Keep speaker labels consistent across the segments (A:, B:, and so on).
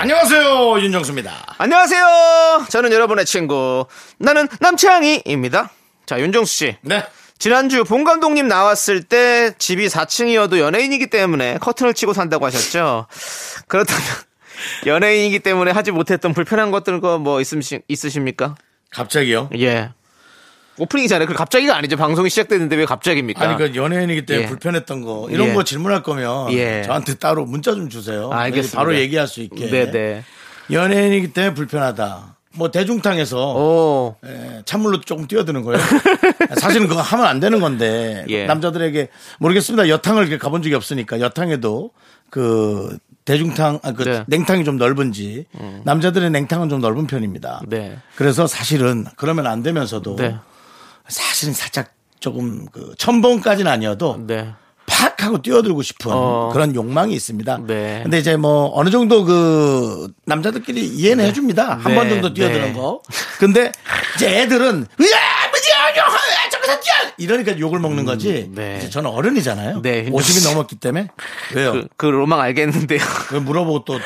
A: 안녕하세요 윤정수입니다.
B: 안녕하세요. 저는 여러분의 친구. 나는 남창희입니다. 자, 윤정수 씨.
A: 네.
B: 지난주 본 감독님 나왔을 때 집이 4층이어도 연예인이기 때문에 커튼을 치고 산다고 하셨죠. 그렇다면 연예인이기 때문에 하지 못했던 불편한 것들과 뭐 있으시, 있으십니까?
A: 갑자기요?
B: 예. 오프닝이 잖아요. 그 갑자기가 아니죠. 방송이 시작됐는데 왜 갑자기입니까?
A: 아니 그 연예인이기 때문에
B: 예.
A: 불편했던 거 이런
B: 예.
A: 거 질문할 거면
B: 예.
A: 저한테 따로 문자 좀 주세요. 네,
B: 아, 알겠습니다.
A: 바로 얘기할 수 있게.
B: 네네.
A: 연예인이기 때문에 불편하다. 뭐 대중탕에서
B: 오.
A: 예, 찬물로 조금 뛰어드는 거예요. 사실은 그거 하면 안 되는 건데
B: 예.
A: 남자들에게 모르겠습니다. 여탕을 이렇게 가본 적이 없으니까 여탕에도 그 대중탕 아, 그
B: 네. 음.
A: 냉탕이 좀 넓은지 남자들의 냉탕은 좀 넓은 편입니다.
B: 네.
A: 그래서 사실은 그러면 안 되면서도
B: 네.
A: 사실은 살짝 조금 그 천봉까지는 아니어도
B: 네.
A: 팍 하고 뛰어들고 싶은
B: 어.
A: 그런 욕망이 있습니다.
B: 네.
A: 근데 이제 뭐 어느 정도 그 남자들끼리 이해는 해줍니다. 한
B: 네.
A: 번 정도 뛰어드는
B: 네.
A: 거. 근데 이제 애들은 으아! 뭐지? 아니야! 아, 저기서 뛰어! 이러니까 욕을 먹는 거지.
B: 네.
A: 이제 저는 어른이잖아요.
B: 네, 윤정
A: 50이
B: 씨.
A: 넘었기 때문에. 왜요?
B: 그, 그 로망 알겠는데요.
A: 왜 물어보고 또.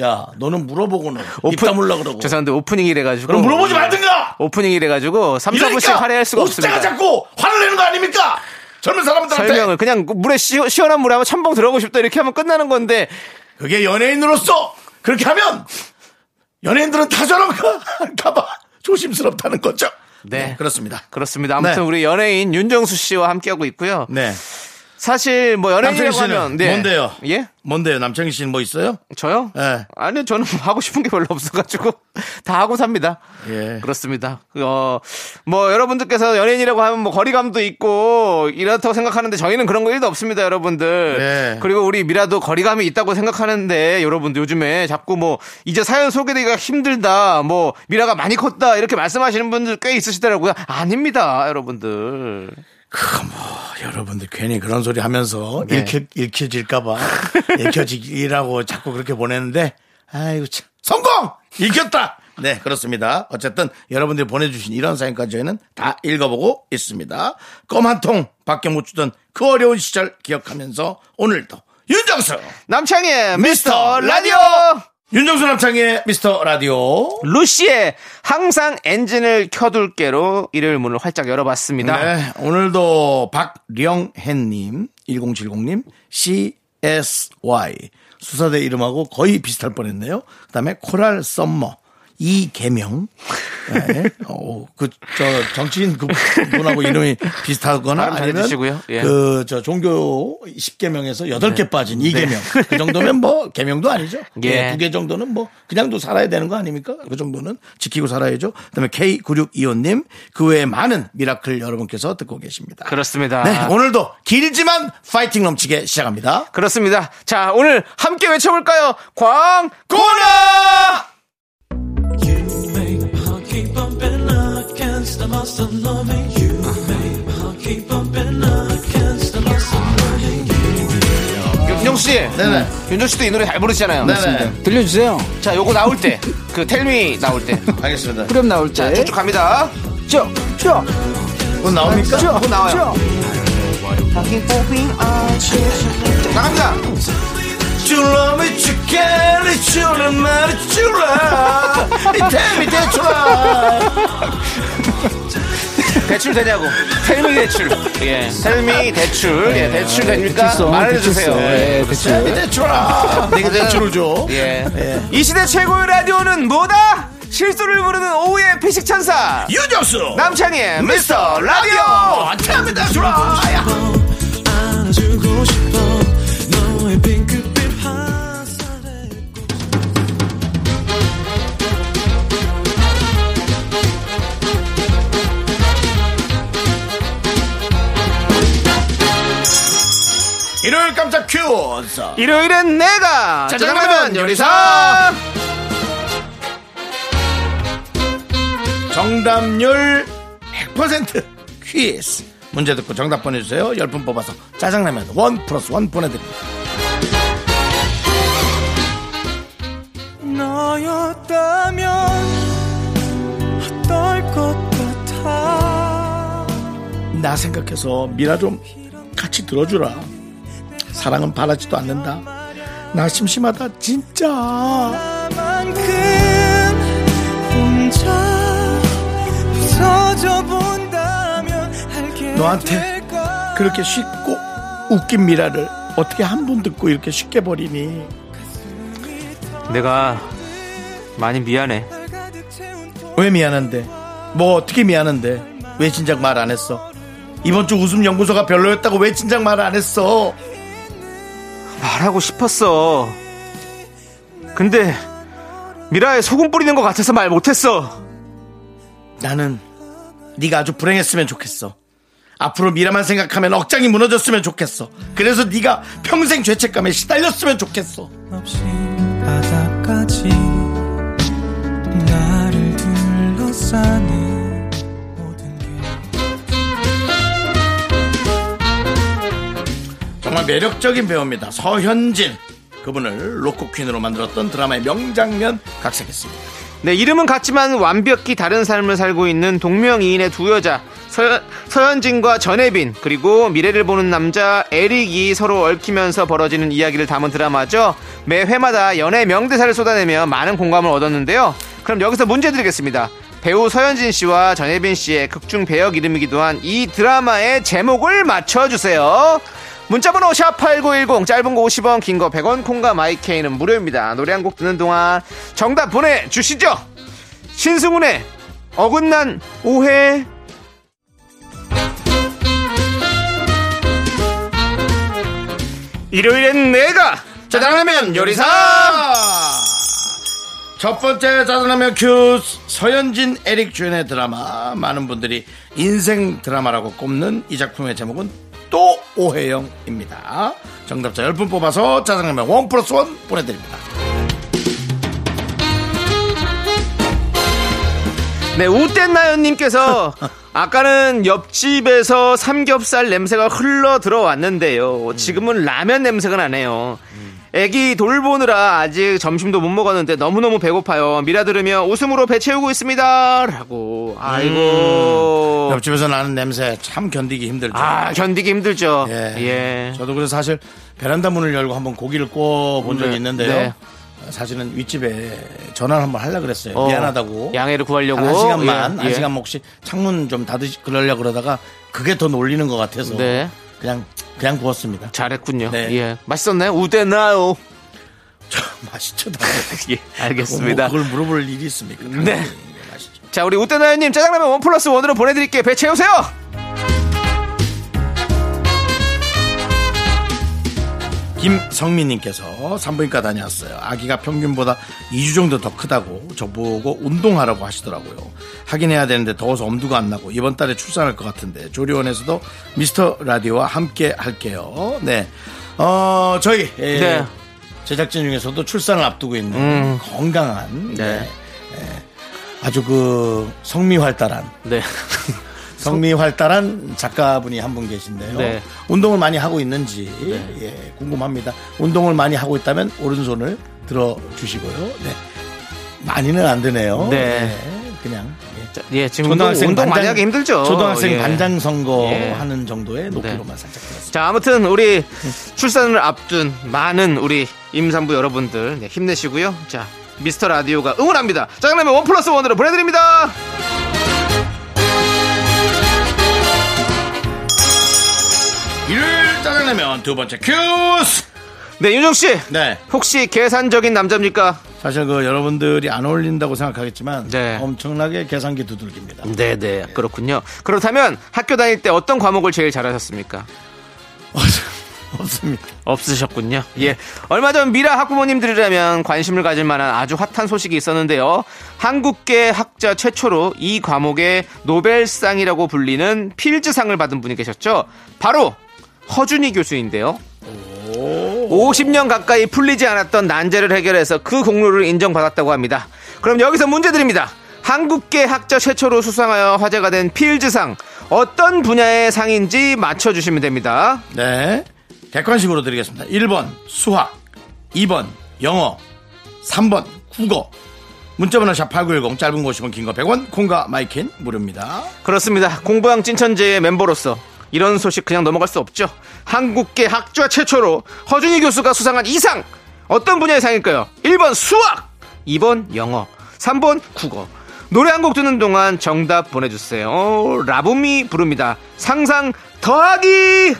A: 야, 너는 물어보고는 입
B: 오픈-
A: 다물라 그러고.
B: 죄송한데 오프닝이래가지고.
A: 그럼 물어보지 말든가!
B: 오프닝이래가지고 3, 4분씩 화려할 수가 없습니다.
A: 옷자가 자꾸 화를 내는 거 아닙니까? 젊은 사람들한테.
B: 설명을 그냥 물에 시, 원한 물에 한번 첨벙 들어가고 싶다 이렇게 하면 끝나는 건데
A: 그게 연예인으로서 그렇게 하면 연예인들은 다저런가할까봐 조심스럽다는 거죠.
B: 네.
A: 그렇습니다.
B: 그렇습니다. 아무튼
A: 네.
B: 우리 연예인 윤정수 씨와 함께하고 있고요.
A: 네.
B: 사실 뭐
A: 남창희
B: 연예인이라고
A: 씨는
B: 하면 네.
A: 뭔데요?
B: 예?
A: 뭔데요? 남창희 씨는 뭐 있어요?
B: 저요?
A: 네.
B: 아니요, 저는 뭐 하고 싶은 게 별로 없어가지고 다 하고 삽니다.
A: 예.
B: 그렇습니다. 어, 뭐 여러분들께서 연예인이라고 하면 뭐 거리감도 있고 이렇다고 생각하는데 저희는 그런 거 일도 없습니다, 여러분들.
A: 네.
B: 그리고 우리 미라도 거리감이 있다고 생각하는데 여러분들 요즘에 자꾸 뭐 이제 사연 소개되기가 힘들다, 뭐 미라가 많이 컸다 이렇게 말씀하시는 분들 꽤 있으시더라고요. 아닙니다, 여러분들.
A: 어, 여러분들 괜히 그런 소리 하면서
B: 네.
A: 읽혀, 읽혀질까봐 읽혀지기라고 자꾸 그렇게 보내는데 아이고 참. 성공! 읽혔다! 네, 그렇습니다. 어쨌든 여러분들이 보내주신 이런 사연까지 저희는 다 읽어보고 있습니다. 껌 한 통 밖에 못 주던 그 어려운 시절 기억하면서 오늘도 윤정수!
B: 남창희의 미스터 라디오!
A: 윤정수 남창의 미스터 라디오.
B: 루시의 항상 엔진을 켜둘게로 일요일 문을 활짝 열어봤습니다.
A: 네, 오늘도 박령혜님, 1070님, CSY. 수사대 이름하고 거의 비슷할 뻔했네요. 그 다음에 코랄 썸머, 이계명. 네. 어, 그, 저, 정치인 그 분하고 이름이 비슷하거나
B: 발음 잘
A: 아니면
B: 해주시고요. 예. 네.
A: 그, 저, 종교 10개명에서 8개 빠진 이계명. 그 정도면 뭐, 개명도 아니죠.
B: 예.
A: 예. 두개 정도는 뭐 그냥도 살아야 되는 거 아닙니까? 그 정도는 지키고 살아야죠. 그다음에 K9625님 그 외에 많은 미라클 여러분께서 듣고 계십니다.
B: 그렇습니다.
A: 네, 오늘도 길지만 파이팅 넘치게 시작합니다.
B: 그렇습니다. 자, 오늘 함께 외쳐볼까요? 광고라! 윤정씨,
A: 네네.
B: 윤정씨도 이 노래 잘 부르시잖아요.
A: 네네.
C: 들려주세요.
B: 자, 요거 나올 때, 그 텔미 나올 때,
A: 네. 알겠습니다.
C: 그럼 나올 때.
B: 쭉쭉 갑니다.
C: 쭉, 쭉,
A: 곧 나옵니까?
C: 쭉,
B: 쭉 나와요.
C: 쭉.
B: 나갑니다.
A: 줄라미 축게리 줄라 마리 줄라 이태미 대출라
B: 대출 되냐고. 텔미 대출. 예. 텔미 대출. 예, 대출 됩니까?
C: 대출성,
B: 말해주세요.
C: 대출성.
B: 예.
C: 예, 대출.
A: 이 대출아 내가 대출을 줘.
B: 네, 그렇죠. 예.
A: 예.
B: 이 시대 최고의 라디오는 뭐다? 실수를 부르는 오후의 피식천사.
A: 유정수
B: 남창희의 미스터 라디오!
A: 라디오 태미 대출아 야. 일요일 깜짝 퀴즈
B: 아, 일요일엔 내가 짜장라면 요리사
A: 정답률 100% 퀴즈 문제 듣고 정답 보내주세요 10분 뽑아서 짜장라면 원 플러스 원 보내드립니다 나 생각해서 미라 좀 같이 들어주라 사랑은 바라지도 않는다 나 심심하다 진짜 너한테 그렇게 쉽고 웃긴 미라를 어떻게 한 번 듣고 이렇게 쉽게 버리니
B: 내가 많이 미안해.
A: 왜 미안한데 뭐 어떻게 미안한데 왜 진작 말 안 했어 이번 주 웃음 연구소가 별로였다고 왜 진작 말 안 했어
B: 말하고 싶었어. 근데 미라에 소금 뿌리는 것 같아서 말 못했어.
A: 나는 네가 아주 불행했으면 좋겠어 앞으로 미라만 생각하면 억장이 무너졌으면 좋겠어 그래서 네가 평생 죄책감에 시달렸으면 좋겠어
C: 없이 바닥까지 나를 둘러싸는 모든 게
A: 정말 매력적인 배우입니다. 서현진. 그분을 로코퀸으로 만들었던 드라마의 명장면 각색했습니다.
B: 네, 이름은 같지만 완벽히 다른 삶을 살고 있는 동명이인의 두 여자. 서, 서현진과 전혜빈 그리고 미래를 보는 남자 에릭이 서로 얽히면서 벌어지는 이야기를 담은 드라마죠. 매 회마다 연애 명대사를 쏟아내며 많은 공감을 얻었는데요. 그럼 여기서 문제 드리겠습니다. 배우 서현진 씨와 전혜빈 씨의 극중 배역 이름이기도 한 이 드라마의 제목을 맞춰주세요. 문자번호 샵8910 짧은 거 50원 긴 거 100원 콩과 마이케이는 무료입니다 노래 한 곡 듣는 동안 정답 보내주시죠 신승훈의 어긋난 오해 일요일엔 내가 짜장라면 요리사
A: 첫 번째 짜증나면 큐스 서현진 에릭 주연의 드라마 많은 분들이 인생 드라마라고 꼽는 이 작품의 제목은 또 오해영입니다. 정답자 10분 뽑아서 짜장라면 원 플러스 원 보내드립니다.
B: 네, 우뗀나연님께서 아까는 옆집에서 삼겹살 냄새가 흘러
A: 음.
B: 들어왔는데요. 지금은 라면 냄새가 나네요. 애기 돌보느라 아직 점심도 못 먹었는데 너무너무 배고파요. 미라 들으며 웃음으로 배 채우고 있습니다. 라고. 아이고.
A: 음. 옆집에서 나는 냄새 참 견디기 힘들죠.
B: 아, 견디기 힘들죠.
A: 예.
B: 예.
A: 저도 그래서 사실 베란다 문을 열고 한번 고기를 구워 본 적이
B: 네.
A: 있는데요.
B: 네.
A: 사실은 윗집에 전화를 한번 하려고 그랬어요.
B: 어,
A: 미안하다고.
B: 양해를 구하려고.
A: 한 시간만,
B: 예,
A: 한
B: 예.
A: 시간만 혹시 창문 좀 닫으시, 그러려고 그러다가 그게 더 놀리는 것 같아서.
B: 네.
A: 그냥, 그냥 구웠습니다.
B: 잘했군요.
A: 네.
B: 예. 맛있었나요? 우대나요.
A: 맛있죠.
B: 예, 알겠습니다.
A: 뭐 그걸 물어볼 일이 있습니까?
B: 네.
A: 맛있죠.
B: 자, 우리 우대나연님 짜장라면 원 플러스 원으로 보내드릴게요. 배 채우세요!
A: 김성민님께서 산부인과 다녀왔어요. 아기가 평균보다 2주 정도 더 크다고 저보고 운동하라고 하시더라고요. 하긴 해야 되는데 더워서 엄두가 안 나고 이번 달에 출산할 것 같은데 조리원에서도 미스터 라디오와 함께 할게요. 네. 어, 저희 예,
B: 네.
A: 제작진 중에서도 출산을 앞두고 있는
B: 음.
A: 건강한 네. 예, 아주 그 성미 활달한
B: 네.
A: 성미 활달한 작가분이 한 분 계신데요.
B: 네.
A: 운동을 많이 하고 있는지 예, 궁금합니다. 운동을 많이 하고 있다면 오른손을 들어 주시고요. 네. 많이는 안 되네요.
B: 네.
A: 그냥 예.
B: 예, 지금 운동, 운동 많이 하기 힘들죠.
A: 초등학생
B: 예.
A: 반장 선거
B: 예.
A: 하는 정도의 높이로만
B: 네.
A: 살짝 들었습니다.
B: 자, 아무튼 우리 출산을 앞둔 많은 우리 임산부 여러분들 네, 힘내시고요. 자, 미스터 라디오가 응원합니다. 자, 그러면 원 플러스 원으로 보내드립니다.
A: 일요일 짜장라면 두 번째 큐스.
B: 네, 윤정 씨.
A: 네.
B: 혹시 계산적인 남자입니까?
A: 사실 그 여러분들이 안 어울린다고 생각하겠지만
B: 네.
A: 엄청나게 계산기 두들깁니다.
B: 네, 네, 그렇군요. 그렇다면 학교 다닐 때 어떤 과목을 제일 잘하셨습니까?
A: 어, 없습니다.
B: 없으셨군요. 예. 얼마 전 미라 학부모님들이라면 관심을 가질 만한 아주 핫한 소식이 있었는데요. 한국계 학자 최초로 이 과목의 노벨상이라고 불리는 필즈상을 받은 분이 계셨죠. 바로 허준희 교수인데요. 50년 가까이 풀리지 않았던 난제를 해결해서 그 공로를 인정받았다고 합니다. 그럼 여기서 문제 드립니다. 한국계 학자 최초로 수상하여 화제가 된 필즈상 어떤 분야의 상인지 맞춰주시면 됩니다.
A: 네. 객관식으로 드리겠습니다. 1번 수학, 2번 영어, 3번 국어. 문자번호 샵8910 짧은 곳이면 긴거 100원 콩과 마이킨 무료입니다.
B: 그렇습니다. 공부왕 찐천재의 멤버로서 이런 소식 그냥 넘어갈 수 없죠. 한국계 학자 최초로 허준희 교수가 수상한 이상 어떤 분야의 상일까요? 1번 수학, 2번 영어, 3번 국어. 노래 한 곡 듣는 동안 정답 보내주세요. 어, 라붐이 부릅니다. 상상 더하기.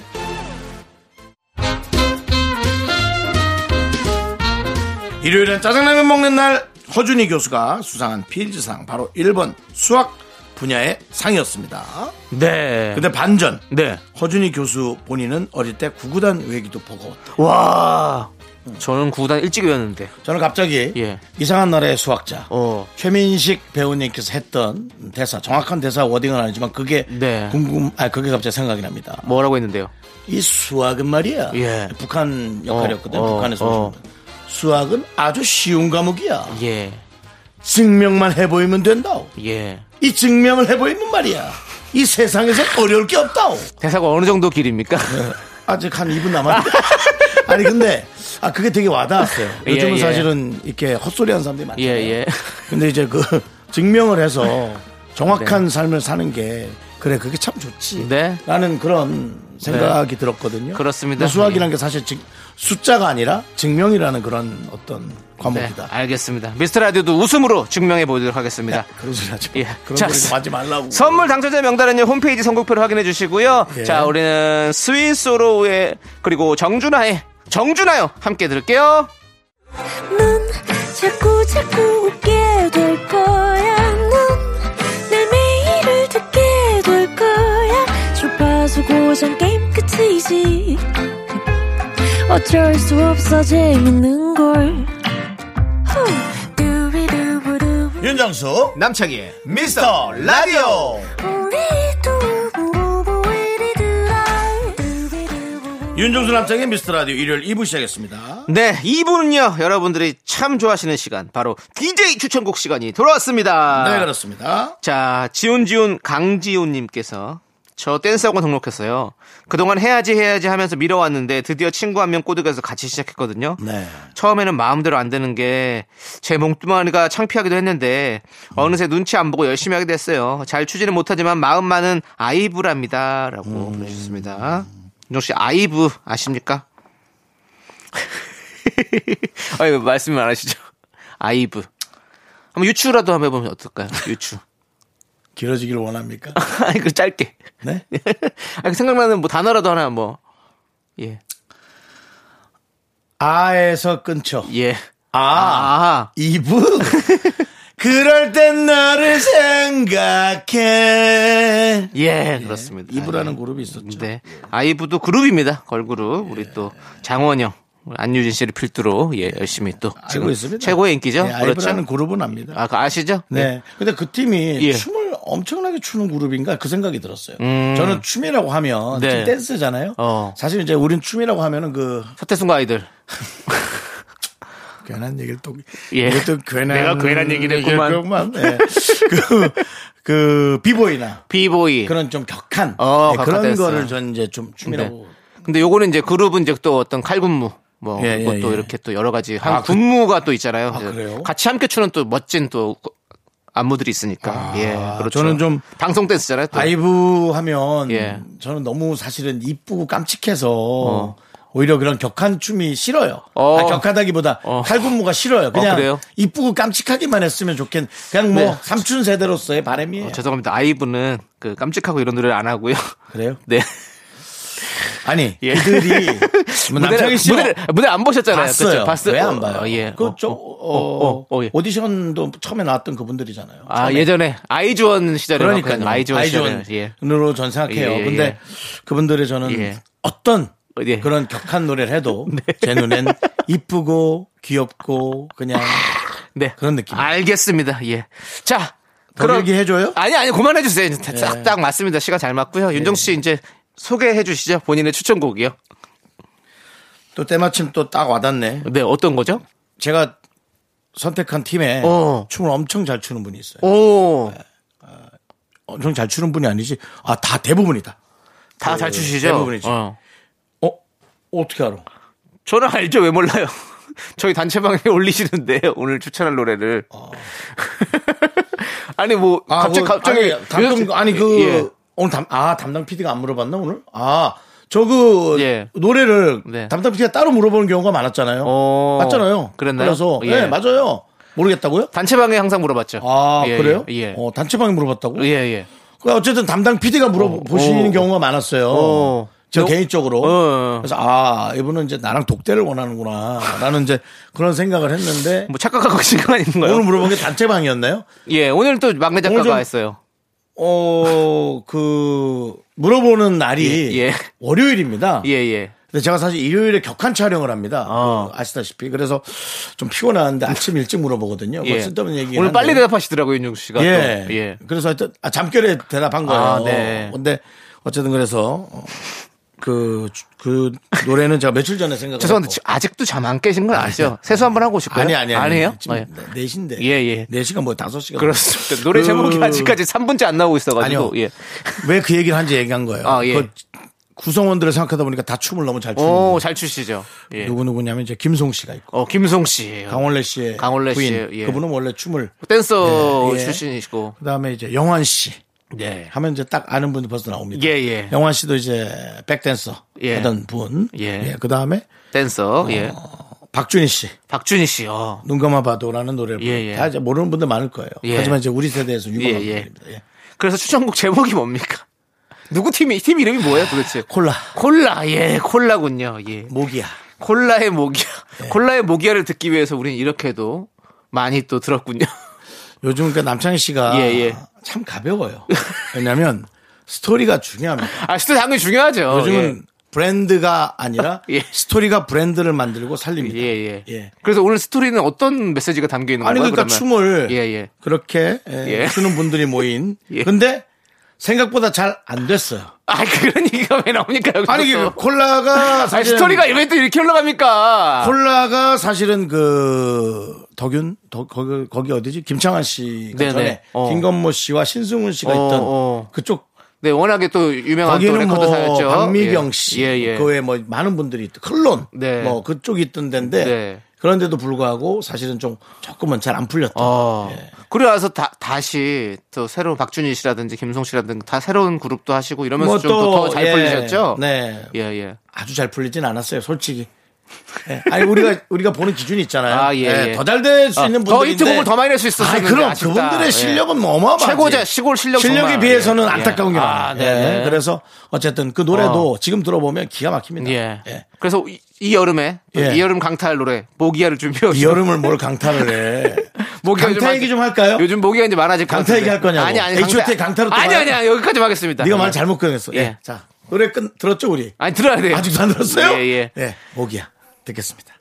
A: 일요일엔 짜장라면 먹는 날 허준희 교수가 수상한 필즈상 바로 1번 수학 분야의 상이었습니다.
B: 네.
A: 근데 반전
B: 네.
A: 허준희 교수 본인은 어릴 때 구구단 외기도 버거웠다.
B: 와. 저는 구단 일찍 외웠는데.
A: 저는 갑자기
B: 예.
A: 이상한 나라의 수학자
B: 어.
A: 최민식 배우님께서 했던 대사 정확한 대사 워딩은 아니지만 그게
B: 네.
A: 궁금 아 그게 갑자기 생각이 납니다.
B: 뭐라고 했는데요?
A: 이 수학은 말이야
B: 예.
A: 북한 역할이었거든
B: 어,
A: 북한에서
B: 어.
A: 오신 분. 수학은 아주 쉬운 과목이야.
B: 예.
A: 증명만 해보이면 된다.
B: 예.
A: 이 증명을 해보이면 말이야 이 세상에서 어려울 게 없다.
B: 대사가 어느 정도 길입니까?
A: 아직 한 2분 남았는데. 아니, 근데, 아, 그게 되게 와닿았어요.
B: 예,
A: 요즘은
B: 예.
A: 사실은 이렇게 헛소리 하는 사람들이 많아요.
B: 예, 네. 예.
A: 근데 이제 그 증명을 해서 정확한 삶을 사는 게 그래, 그게 참 좋지.
B: 네.
A: 라는 그런 생각이 들었거든요.
B: 그렇습니다. 예.
A: 근데 수학이라는 게 사실 증- 숫자가 아니라 증명이라는 그런 어떤
B: 네,
A: 과목이다.
B: 알겠습니다. 미스터 라디오도 웃음으로 증명해 보도록 하겠습니다.
A: 야, 그런 소리 하지 마.
B: 예.
A: 그런
B: 자,
A: 소리 좀 하지 말라고.
B: 선물 당첨자 명단은요 홈페이지 선곡표를 확인해 주시고요.
A: 예.
B: 자 우리는 스윗소로우의 그리고 정준하의 정준하요 함께 들을게요.
D: 넌 자꾸 자꾸 웃게 될 거야. 넌내 매일을 듣게 될 거야. 주파수 고정 게임 끝이지. 어쩔 수 없어 재밌는 걸. 후. 두비두부두.
A: 윤정수,
B: 남창희
A: 미스터 라디오.
D: 우리 두부부부 우리 두라. 두비두부부.
A: 윤정수 남창의 미스터 라디오 일요일 2부 시작했습니다.
B: 네, 2부는요 여러분들이 참 좋아하시는 시간 바로 DJ 추천곡 시간이 돌아왔습니다.
A: 네, 그렇습니다.
B: 자, 지훈지훈 강지훈님께서 저 댄스학원 등록했어요. 그동안 해야지 해야지 하면서 밀어왔는데 드디어 친구 한 명 꼬드겨서 같이 시작했거든요.
A: 네.
B: 처음에는 마음대로 안 되는 게 제 몸뚱아리가 창피하기도 했는데 어느새 눈치 안 보고 열심히 하게 됐어요. 잘 추지는 못하지만 마음만은 아이브랍니다라고 보내주셨습니다. 혹시 아이브 아십니까? 아니 왜 말씀 안 하시죠? 아이브. 한번 유추라도 한번 해보면 어떨까요? 유추.
A: 길어지길 원합니까?
B: 아니 그 짧게.
A: 네?
B: 아니 생각나는 뭐 단어라도 하나 뭐. 예.
A: 아에서 끊죠.
B: 예.
A: 아,
B: 아.
A: 이브? 그럴 땐 너를 생각해.
B: 예, 그렇습니다.
A: 이브라는 그룹이 있었죠. 예.
B: 네. 아이브도 그룹입니다. 걸그룹. 우리 또 장원영, 우리 안유진 씨를 필두로 예, 열심히 또
A: 알고
B: 지금
A: 있습니다.
B: 최고의 인기죠.
A: 네,
B: 그렇죠.
A: 아이브라는 그룹은 압니다.
B: 아, 그 아시죠?
A: 네. 근데 그 팀이
B: 예.
A: 춤을 엄청나게 추는 그룹인가 그 생각이 들었어요. 저는 춤이라고 하면
B: 음. 네.
A: 지금 댄스잖아요.
B: 어.
A: 사실 이제 우린 춤이라고 하면은 그
B: 서태순과 아이들.
A: 괜한 얘기를 또
B: 예.
A: 이게 또 괜한
B: 내가 괜한 얘기를 했구만.
A: 했구만. 네. 그, 그 비보이나
B: 비보이.
A: 그런 좀 예. 격한
B: 어,
A: 네, 그런
B: 격하다
A: 거를
B: 했어요.
A: 전 이제 좀 춤이라고
B: 네. 근데 요거는 이제 그룹은 이제 또 어떤 칼군무. 뭐,
A: 예,
B: 그리고
A: 예,
B: 또
A: 예.
B: 이렇게 또 여러 가지 한
A: 아, 그-
B: 군무가 또 있잖아요. 이제
A: 그래요?
B: 같이 함께 추는 또 멋진 또 안무들이 있으니까. 예. 그렇죠.
A: 아, 저는 좀
B: 방송 댄스잖아요. 또.
A: 아이브 하면
B: 예.
A: 저는 너무 사실은 이쁘고 깜찍해서 오히려 그런 격한 춤이 싫어요.
B: 어.
A: 아, 격하다기보다
B: 어.
A: 칼군무가 싫어요. 그냥
B: 그래요?
A: 이쁘고 깜찍하기만 했으면 좋겠. 그냥 뭐
B: 네.
A: 삼촌 세대로서의 바람이에요.
B: 어, 죄송합니다. 아이브는 그 깜찍하고 이런 노래를 안 하고요.
A: 그래요?
B: 네.
A: 아니
B: 예.
A: 그들이 뭐 남창희 씨
B: 무대를, 무대 안 보셨잖아요.
A: 봤어요.
B: 그쵸? 봤어요.
A: 왜 안 봐요?
B: 어, 예. 어,
A: 그저
B: 어,
A: 어,
B: 어, 어, 어, 예.
A: 오디션도 처음에 나왔던 그분들이잖아요.
B: 아,
A: 처음에.
B: 예전에 아이즈원 시절에
A: 그러니까요.
B: 아이즈원 시절에.
A: 아이존으로
B: 예.
A: 전 생각해요.
B: 예, 예.
A: 근데 그분들의 저는
B: 예.
A: 어떤
B: 예. 네.
A: 그런 격한 노래를 해도 제 눈엔 이쁘고 귀엽고 그냥
B: 네.
A: 그런 느낌.
B: 알겠습니다. 예. 자,
A: 더 길게 해줘요?
B: 아니 아니 그만해 주세요. 딱 딱 맞습니다. 시간 잘 맞고요. 윤정 씨 이제 소개해 주시죠. 본인의 추천곡이요.
A: 또 때마침 또 딱 와닿네.
B: 네, 어떤 거죠?
A: 제가 선택한 팀에
B: 어.
A: 춤을 엄청 잘 추는 분이 있어요.
B: 오.
A: 엄청 잘 추는 분이 아니지. 아, 다 대부분이다.
B: 다 잘 추시죠?
A: 대부분이죠.
B: 어.
A: 어? 어떻게 알아?
B: 저는 알죠. 왜 몰라요? 저희 단체방에 올리시는데 오늘 추천할 노래를. 어. 아니 뭐
A: 아,
B: 갑자기
A: 그거-
B: 갑자기
A: 아니, 담당-
B: 요즘-
A: 아니, 그
B: 예.
A: 오늘 담, 아 담당 PD가 안 물어봤나 오늘? 아 저 그
B: 예.
A: 노래를
B: 네.
A: 담당 PD가 따로 물어보는 경우가 많았잖아요.
B: 어,
A: 맞잖아요.
B: 그랬나요?
A: 래서
B: 예.
A: 예. 맞아요. 모르겠다고요?
B: 단체방에 항상 물어봤죠.
A: 아
B: 예,
A: 그래요?
B: 예.
A: 어, 단체방에 물어봤다고?
B: 예, 예.
A: 그 어쨌든 담당 PD가 물어보시는
B: 어.
A: 경우가 많았어요.
B: 어.
A: 저
B: 너-
A: 개인적으로.
B: 어.
A: 그래서 아 이분은 이제 나랑 독대를 원하는구나. 라는 이제 그런 생각을 했는데
B: 뭐 착각하고 계신 거 아닌가요?
A: 오늘 물어본 게 단체방이었나요?
B: 예, 오늘 또 막내 작가가
A: 오늘 좀-
B: 했어요.
A: 어, 그, 물어보는 날이
B: 예, 예.
A: 월요일입니다.
B: 예, 예.
A: 근데 제가 사실 일요일에 격한 촬영을 합니다.
B: 어.
A: 그 아시다시피. 그래서 좀 피곤한데 아침 일찍 물어보거든요.
B: 예.
A: 뭐 쓸데없는 얘기.
B: 오늘 빨리 대답하시더라고요, 윤종 씨가.
A: 예.
B: 또. 예.
A: 그래서 하여튼, 아, 잠결에 대답한 거예요.
B: 아, 네.
A: 근데 어쨌든 그래서, 어, 그, 그 노래는 제가 며칠 전에 생각을.
B: 죄송한데
A: 했고.
B: 지- 아직도 잠 안 깨신 건 아시죠? 세수 한번 하고 오실까요?
A: 아니, 아니, 아니.
B: 아니에요?
A: 지금
B: 예.
A: 네, 4시인데.
B: 예, 예.
A: 4시가 뭐 5시가.
B: 그렇습니다. 노래 제목이 아직까지 3분째 안 나오고 있어가지고.
A: 아니요.
B: 예.
A: 왜 그 얘기를 한지 얘기한 거예요.
B: 아, 예.
A: 그 구성원들을 생각하다 보니까 다 춤을 너무 잘 추는
B: 오,
A: 거예요.
B: 잘 추시죠. 예.
A: 음. 누구 누구냐면 이제 김송 씨가 있고
B: 어, 김송 씨.
A: 강원래 씨의
B: 강원래
A: 부인.
B: 씨의, 예.
A: 그분은 원래 춤을
B: 댄서
A: 예, 예.
B: 출신이시고.
A: 그다음에 이제 영환 씨
B: 네.
A: 하면 이제 딱 아는 분이 벌써 나옵니다.
B: 예, 예.
A: 영환 씨도 이제 백댄서
B: 예.
A: 하던 분.
B: 예.
A: 그다음에
B: 댄서. 예.
A: 어. 박준희 씨
B: 박준희 씨. 요
A: 눈 감아봐도라는 노래를
B: 예, 예.
A: 다 이제 모르는 분들 많을 거예요.
B: 예.
A: 하지만 이제 우리 세대에서 유명한
B: 예, 예.
A: 분들입니다. 예.
B: 그래서 추천곡 제목이 뭡니까? 누구 팀이, 팀 이름이 뭐예요 도대체?
A: 콜라
B: 콜라, 예, 콜라군요, 예.
A: 모기야.
B: 콜라의 모기야.
A: 네.
B: 콜라의 모기야를 듣기 위해서 우린 이렇게도 많이 또 들었군요.
A: 요즘 그러니까 남창희 씨가
B: 예, 예.
A: 참 가벼워요. 왜냐하면 스토리가 중요합니다.
B: 아, 시도 당연히 중요하죠.
A: 요즘은 브랜드가 아니라
B: 예.
A: 스토리가 브랜드를 만들고
B: 예.
A: 살립니다.
B: 예, 예.
A: 예.
B: 그래서 오늘 스토리는 어떤 메시지가 담겨 있는
A: 아니
B: 건가요?
A: 그러니까
B: 그러면?
A: 춤을
B: 예, 예.
A: 그렇게 예,
B: 예.
A: 추는 분들이 모인.
B: 예.
A: 근데 생각보다 잘 안 됐어요.
B: 아, 그런 얘기가 왜 나옵니까? 여기서?
A: 아니 이게 콜라가
B: 아니,
A: 사실은
B: 스토리가 왜 또 이렇게 흘러갑니까?
A: 콜라가 사실은 그 덕윤 덕- 거기, 거기 어디지 김창완 씨가
B: 네네.
A: 전에
B: 어.
A: 김건모 씨와 신승훈 씨가
B: 어,
A: 있던
B: 어.
A: 그쪽
B: 네, 워낙에 또 유명한 또
A: 거기는
B: 레코드
A: 뭐
B: 사였죠.
A: 박미경
B: 예.
A: 씨,
B: 예, 예.
A: 그 외에 뭐 많은 분들이 있- 클론,
B: 네.
A: 뭐 그쪽이 있던 데인데
B: 네.
A: 그런데도 불구하고 사실은 좀 조금은 잘 안 풀렸다.
B: 어.
A: 예.
B: 그리고 나서 다, 다시 또 새로운 박준희 씨라든지 김송 씨라든지 다 새로운 그룹도 하시고 이러면서 좀 더 잘
A: 예,
B: 풀리셨죠?
A: 네,
B: 예, 예.
A: 아주 잘 풀리진 않았어요, 솔직히. 예. 아니 우리가 우리가 보는 기준이 있잖아요.
B: 아, 예, 예.
A: 더 잘 될 수
B: 아,
A: 있는
B: 더
A: 분들
B: 히트곡을 더 많이 낼수
A: 아,
B: 있었는데
A: 그럼
B: 아쉽다. 예.
A: 그분들의 실력은 뭐 어마어마하지.
B: 최고자 시골 실력
A: 실력에
B: 정말.
A: 비해서는
B: 예.
A: 안타까운 게
B: 아,
A: 많아요.
B: 네네.
A: 예. 그래서 어쨌든 그 노래도 지금 들어보면 기가 막힙니다.
B: 예.
A: 예.
B: 그래서 이, 이 여름에 또
A: 예.
B: 이 여름 강타할 노래 모기야를 준비해
A: 이 여름을 뭘 강타를 해.
B: 모기가 요즘
A: 강타
B: 많이-
A: 얘기 좀 할까요?
B: 요즘 모기가 이제 많아질 것
A: 강타
B: 같은데.
A: 얘기할 거냐고.
B: 아니 아니
A: H.O.T. 강타로 또
B: 아니
A: 가요?
B: 아니 아니 여기까지 하겠습니다.
A: 네가 말 잘못 꺼냈어. 예.
B: 예.
A: 자 노래 끝 들었죠 우리?
B: 아니 들어야 돼요.
A: 아직도 안 들었어요? 네,
B: 예, 예.
A: 모기야 듣겠습니다.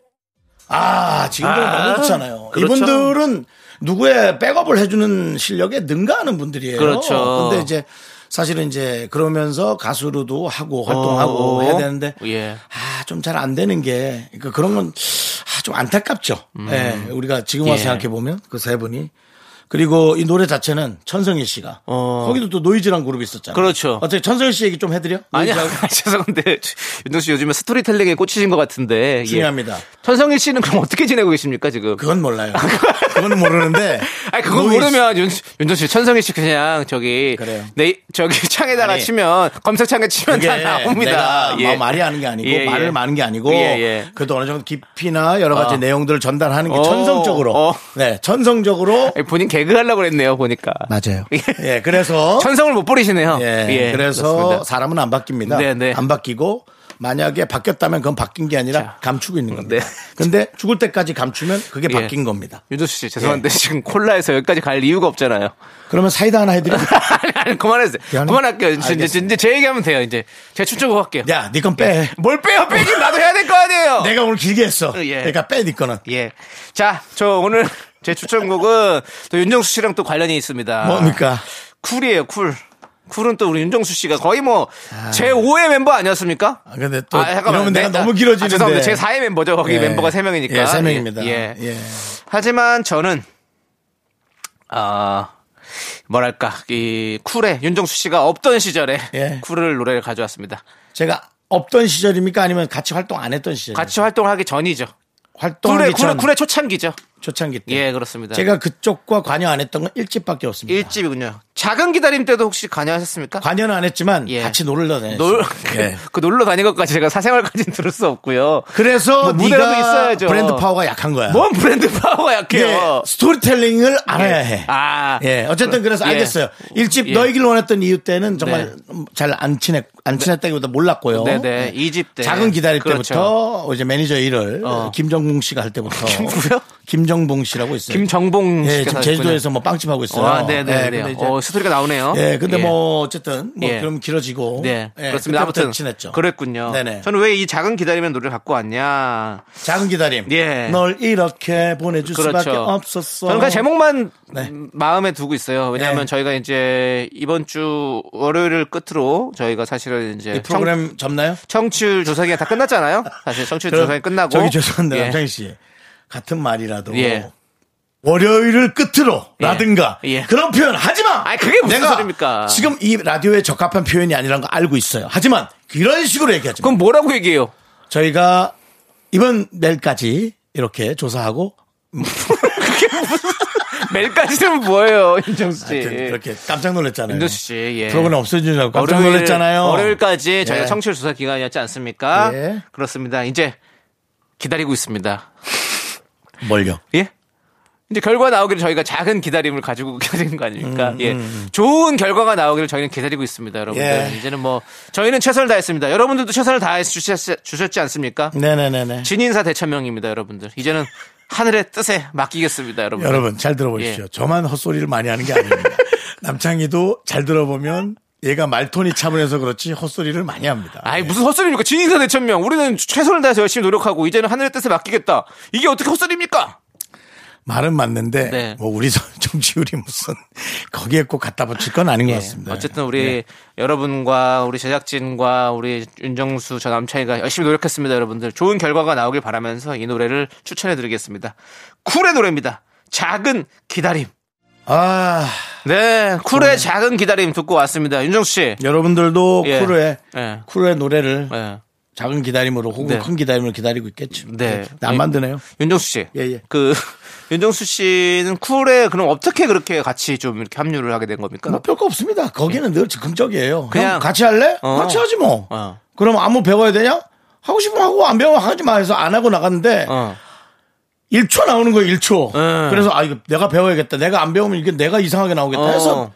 A: 아 지금도 너무 좋잖아요.
B: 그렇죠.
A: 이분들은 누구의 백업을 해주는 실력에 능가하는 분들이에요.
B: 그렇죠.
A: 근데 이제 사실은 이제 그러면서 가수로도 하고 활동하고 해야 되는데
B: 예.
A: 아, 좀 잘 안 되는 게, 그런건 아, 좀 안타깝죠. 예, 우리가 지금 와서
B: 음. 예.
A: 생각해보면 그 세 분이. 그리고 이 노래 자체는 천성일 씨가.
B: 어.
A: 거기도 또 노이즈란 그룹이 있었잖아요.
B: 그렇죠.
A: 어떻게 천성일 씨 얘기 좀 해드려?
B: 아니,
A: 뭐
B: 예.
A: 노이즈하고?
B: 아니, 죄송한데 윤동 씨 요즘에 스토리텔링에 꽂히신 것 같은데.
A: 중요합니다.
B: 예. 천성일 씨는 그럼 어떻게 지내고 계십니까 지금?
A: 그건 몰라요. 그건 모르는데.
B: 아니 그거
A: 노이즈.
B: 모르면 윤, 윤정 씨 천성일 씨 그냥 저기
A: 그래요.
B: 네 저기 창에다가
A: 아니,
B: 치면 검색창에 치면
A: 그게
B: 다 나옵니다.
A: 내가 뭐 말이 하는 게 아니고
B: 예, 예.
A: 말을 많은 게 아니고
B: 예, 예.
A: 그래도 어느 정도 깊이나 여러 가지
B: 어.
A: 내용들을 전달하는 게
B: 어.
A: 천성적으로
B: 어.
A: 네 천성적으로
B: 아니, 본인 개그 하려고 그랬네요 보니까.
A: 맞아요. 예 그래서
B: 천성을 못 버리시네요.
A: 예, 그래서
B: 그렇습니다.
A: 사람은 안 바뀝니다.
B: 네, 네.
A: 안 바뀌고 만약에 바뀌었다면 그건 바뀐 게 아니라 감추고 있는 겁니다.
B: 네.
A: 근데 죽을 때까지 감추면 그게
B: 예.
A: 바뀐 겁니다.
B: 윤정 씨 죄송한데 지금 콜라에서 여기까지 갈 이유가 없잖아요.
A: 그러면 사이다 하나 해드려.
B: 아니 아니 그만하세요.
A: 미안해.
B: 그만할게요. 이제, 이제,
A: 알겠습니다.
B: 이제 제 얘기하면 돼요. 이제 제가 추천곡 할게요. 예.
A: 야, 네 건 빼. 네.
B: 뭘 빼요 빼긴 나도 해야 될 거 아니에요.
A: 내가 오늘 길게 했어.
B: 예.
A: 그러니까 빼네 거는.
B: 예. 자, 저 오늘 제 추천곡은 또 윤정수 씨랑 또 관련이 있습니다.
A: 뭡니까?
B: 쿨이에요, 쿨. 쿨은 또 우리 윤정수 씨가 거의 뭐 제 5의 멤버 아니었습니까?
A: 아, 근데 아. 또
B: 잠깐만.
A: 이러면 내가
B: 네,
A: 너무
B: 아,
A: 길어지는데.
B: 아, 죄송합니다. 제 4의 멤버죠. 거기
A: 예.
B: 멤버가 3명이니까.
A: 예, 세 명입니다.
B: 예.
A: 예.
B: 하지만 저는 아 뭐랄까 이 쿨에 윤정수 씨가 없던 시절에
A: 예.
B: 쿨을 노래를 가져왔습니다.
A: 제가 없던 시절입니까? 아니면 같이 활동 안 했던 시절?
B: 같이 활동하기 전이죠. 쿨의
A: 예. 활동하기
B: 쿨의
A: 전
B: 쿨의 초창기죠.
A: 초창기 때.
B: 예, 그렇습니다.
A: 제가 그쪽과 관여 안 했던 건 일집밖에 없습니다.
B: 일집이군요 작은 기다림 때도 혹시 관여하셨습니까?
A: 관여는 안 했지만
B: 예.
A: 같이 놀러 다녔어요.
B: 놀,
A: 예.
B: 그 놀러 다닌 것까지 제가 사생활까지 는 들을 수 없고요.
A: 그래서
B: 뭐 무대라도
A: 네가
B: 있어야죠.
A: 브랜드 파워가 약한 거야.
B: 뭔 브랜드 파워가
A: 이게
B: 약해요. 예.
A: 스토리텔링을 알아야 해.
B: 아,
A: 예, 어쨌든 그래서
B: 예.
A: 알겠어요. 일집
B: 예. 네.
A: 너희길 원했던 이유 때는 정말 잘 안 친했 안 친했다기보다 몰랐고요.
B: 네네.
A: 예.
B: 이집 때.
A: 작은 기다릴
B: 그렇죠.
A: 때부터 이제 매니저 일을
B: 어.
A: 김정봉 씨가 할 때부터
B: 누구요?
A: 김정봉 씨라고 있어요.
B: 네. 김정봉
A: 예, 지금
B: 씨께서
A: 제주도에서 뭐 빵집 하고 있어요.
B: 와, 네네.
A: 예, 근데
B: 네.
A: 이제
B: 어, 스토리가 나오네요.
A: 예, 근데 뭐 어쨌든 뭐
B: 예.
A: 그럼 길어지고
B: 네,
A: 예,
B: 그렇습니다.
A: 그때부터
B: 아무튼
A: 친했죠.
B: 그랬군요.
A: 네네.
B: 저는 왜 이 작은 기다림의 노래를 갖고 왔냐?
A: 작은 기다림.
B: 예.
A: 널 이렇게 보내줄 수밖에
B: 그렇죠.
A: 없었어.
B: 저는 그 제목만
A: 네.
B: 음, 마음에 두고 있어요. 왜냐하면
A: 네.
B: 저희가 이제 이번 주 월요일을 끝으로 저희가 사실은 이제
A: 이 예, 프로그램 접나요?
B: 청, 청취율 조사기가 다 끝났잖아요. 사실 청취율
A: 그럼
B: 조사기 끝나고
A: 저기 죄송한데
B: 예.
A: 남창희 씨 같은 말이라도
B: 예.
A: 월요일을 끝으로라든가
B: 예. 예.
A: 그런 표현 하지 마.
B: 아니, 그게 무슨
A: 내가
B: 소리입니까?
A: 지금 이 라디오에 적합한 표현이 아니라는 거 알고 있어요. 하지만 이런 식으로 얘기하지 마.
B: 그럼 뭐라고 얘기해요?
A: 저희가 이번 내일까지 이렇게 조사하고
B: 매일까지 되면 뭐예요, 윤정수 씨?
A: 하여튼 아, 그렇게 깜짝 놀랐잖아요.
B: 윤정수 씨, 예.
A: 프로그램 없어진 줄 알고 깜짝 놀랐잖아요.
B: 월요일까지 저희가
A: 예.
B: 청취율 조사 기간이었지 않습니까?
A: 예.
B: 그렇습니다. 이제 기다리고 있습니다.
A: 뭘요?
B: 예? 이제 결과 나오기를 저희가 작은 기다림을 가지고 기다리는 거 아닙니까? 예. 좋은 결과가 나오기를 저희는 기다리고 있습니다, 여러분들.
A: 예.
B: 이제는 뭐, 저희는 최선을 다했습니다. 여러분들도 최선을 다해 주셨, 주셨지 않습니까?
A: 네네네네.
B: 진인사 대천명입니다, 여러분들. 이제는 하늘의 뜻에 맡기겠습니다, 여러분.
A: 여러분 잘 들어보십시오.
B: 예.
A: 저만 헛소리를 많이 하는 게 아닙니다. 남창희도 잘 들어보면 얘가 말톤이 차분해서 그렇지 헛소리를 많이 합니다.
B: 아이, 무슨 헛소리입니까? 진인사 대천명. 우리는 최선을 다해서 열심히 노력하고, 이제는 하늘의 뜻에 맡기겠다. 이게 어떻게 헛소리입니까?
A: 말은 맞는데
B: 네.
A: 뭐 우리 선- 정치율이 무슨 거기에 꼭 갖다 붙일 건 아닌 것 같습니다.
B: 예.
A: 네.
B: 어쨌든 우리 여러분과 우리 제작진과 우리 윤정수 저 남창희가 열심히 노력했습니다, 여러분들. 좋은 결과가 나오길 바라면서 이 노래를 추천해 드리겠습니다. 쿨의 노래입니다. 작은 기다림.
A: 아
B: 네, 쿨의 작은 기다림 듣고 왔습니다. 윤정수 씨.
A: 여러분들도
B: 예.
A: 쿠르의
B: 예.
A: 쿠르의 노래를
B: 네.
A: 작은 기다림으로 혹은
B: 네.
A: 큰 기다림을 기다리고 있겠죠.
B: 네.
A: 안 만드네요.
B: 윤정수 씨.
A: 예, 예.
B: 그 윤정수 씨는 쿨에 그럼 어떻게 그렇게 같이 좀 이렇게 합류를 하게 된 겁니까?
A: 뭐 별거 없습니다. 거기는 늘 즉흥적이에요.
B: 그러니까. 그냥-
A: 그냥 같이 할래?
B: 어.
A: 같이 하지 뭐.
B: 어.
A: 그럼 안무 배워야 되냐? 하고 싶으면 하고 안 배워 하지 마 해서 안 하고 나갔는데
B: 어.
A: 1초 나오는 거예요, 1초.
B: 음.
A: 그래서 아 이거 내가 배워야겠다. 내가 안 배우면 이게 내가 이상하게 나오겠다
B: 어.
A: 해서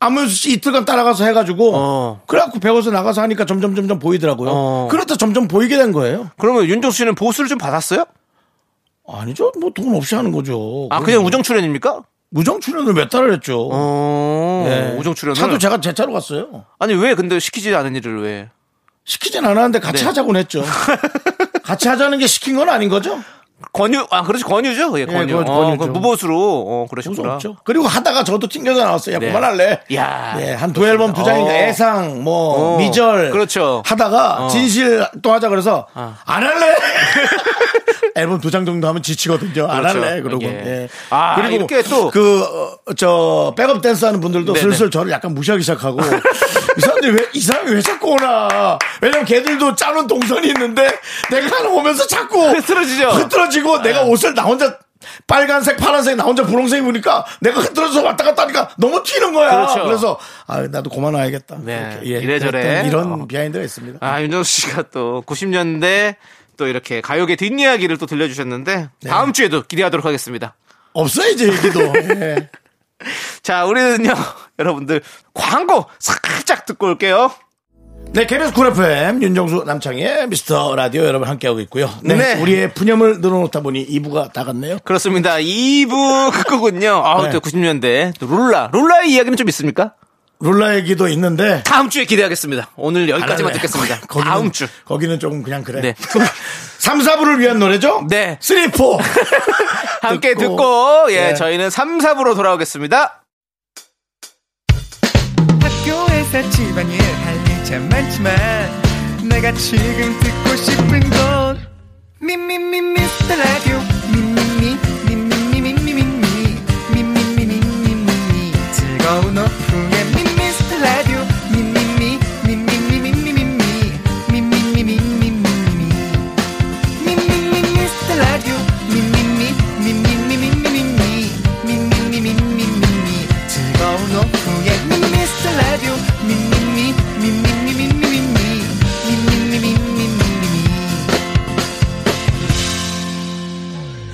A: 안무 씨 이틀간 따라가서 해가지고
B: 어.
A: 그래갖고 배워서 나가서 하니까 점점 점점 보이더라고요.
B: 어.
A: 그렇다 점점 보이게 된 거예요.
B: 그러면 윤정수 씨는 보수를 좀 받았어요?
A: 아니죠, 뭐 돈 없이 하는 거죠.
B: 아, 그냥 우정 출연입니까?
A: 무정 출연을 몇 달을 했죠.
B: 어.
A: 예.
B: 우정 출연을
A: 차도 제가 제 차로 갔어요.
B: 아니 왜 근데 시키지 않은 일을 왜?
A: 시키진 않았는데 같이
B: 네.
A: 하자고는 했죠. 같이 하자는 게 시킨 건 아닌 거죠?
B: 권유 아 그렇지 권유죠. 예, 권유.
A: 그건
B: 어,
A: 권유죠.
B: 그 무보수로 어
A: 무슨
B: 그러셨구나.
A: 없죠. 그리고 하다가 저도 튕겨서 나왔어요. 야,
B: 네.
A: 그만할래.
B: 야.
A: 예, 한두 앨범 두 장인가
B: 어.
A: 애상, 뭐,
B: 어.
A: 미절.
B: 그렇죠.
A: 하다가
B: 어. 아.
A: 진실 또 하자 그래서 안 할래! 앨범 두 장 정도 하면 지치거든요. 안
B: 그렇죠.
A: 할래. 그러고.
B: 예.
A: 예.
B: 아, 이렇게 또-
A: 그, 어, 저, 백업 댄스 하는 분들도
B: 네네.
A: 슬슬 저를 약간 무시하기 시작하고. 이 사람들이 왜, 이 사람이 왜 자꾸 오나. 왜냐면 걔들도 짜놓은 동선이 있는데 내가 하나 오면서 자꾸.
B: 흐트러지죠?
A: 흐트러지고
B: 네.
A: 내가 옷을 나 혼자 빨간색, 파란색, 나 혼자 분홍색 입으니까 내가 흐트러져서 왔다 갔다 하니까 너무 튀는 거야.
B: 그렇죠.
A: 그래서 그래서 아 나도 그만와야겠다.
B: 네.
A: 이렇게, 예,
B: 이래저래.
A: 그랬던 이런
B: 어.
A: 비하인드가 있습니다.
B: 아 윤정수 씨가 또 90년대 또 이렇게 가요계 뒷이야기를 또 들려주셨는데
A: 네.
B: 다음 주에도 기대하도록 하겠습니다.
A: 없어야지 얘기도. 예.
B: 자 우리는요 여러분들 광고 살짝 듣고 올게요.
A: 네, KBS 쿨 FM 윤정수 남창희의 미스터 라디오 여러분 함께하고 있고요. 네,
B: 네.
A: 우리의 푸념을 늘어놓다 보니 2부가 다 갔네요.
B: 그렇습니다. 2부 끝곡은요. 아우
A: 네.
B: 또 90년대 또 룰라 룰라의 이야기는 좀 있습니까?
A: 룰라 얘기도 있는데
B: 다음 주에 기대하겠습니다. 오늘 여기까지만
A: 안 할래.
B: 듣겠습니다.
A: 거기는-
B: 다음 주.
A: 거기는 조금 그냥 그래.
B: 네.
A: 3, 4부를 위한 노래죠?
B: 네.
A: 3, 4.
B: 함께 듣고, 예,
A: 예.
B: 저희는 3, 4부로 돌아오겠습니다.
C: 학교에서 회사 집안일 할 일 참 많지만 내가 지금 듣고 싶은 건 미미미 미스터 라디오 미미미 미미미 미미미 미미미 미미미 즐거운 오후에 미스터 라디오 미미미 미미미 미미미 미미미 미미미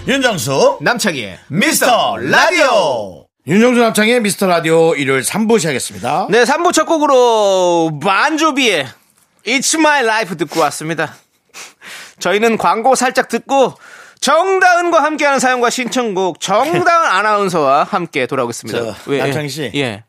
A: 윤정수
B: 남창희의
A: 미스터 라디오 윤정수 남창의 미스터 라디오 일요일 3부 시작했습니다
B: 네, 3부 첫 곡으로 만조비의 It's My Life 듣고 왔습니다. 저희는 광고 살짝 듣고 정다은과 함께하는 사연과 신청곡 정다은 아나운서와 함께 돌아오겠습니다.
A: 저, 남창희 씨.
B: 예.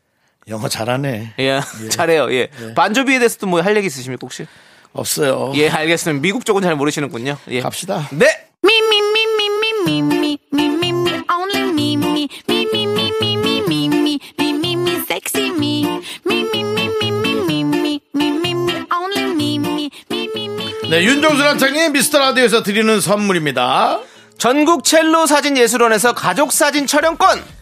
A: 영어 잘하네
B: 예. 잘해요. 예. 만조비에 대해서도 뭐 할 얘기 있으십니까, 혹시?
A: 없어요
B: 예, 알겠습니다. 미국 쪽은 잘 모르시는군요. 예.
A: 갑시다
B: 네.
E: Me, me, me, me, me, me, me, me, me, me, only me, me, me, me, me, me, me, me, me, me, me, me, sexy me. Me, me, me, me, me, me, me, me, me, me, only me, me, me, me, me, me.
A: 네 윤정수 남창의 미스터 라디오에서 드리는 선물입니다
B: 전국 첼로 사진 예술원에서 가족 사진 촬영권.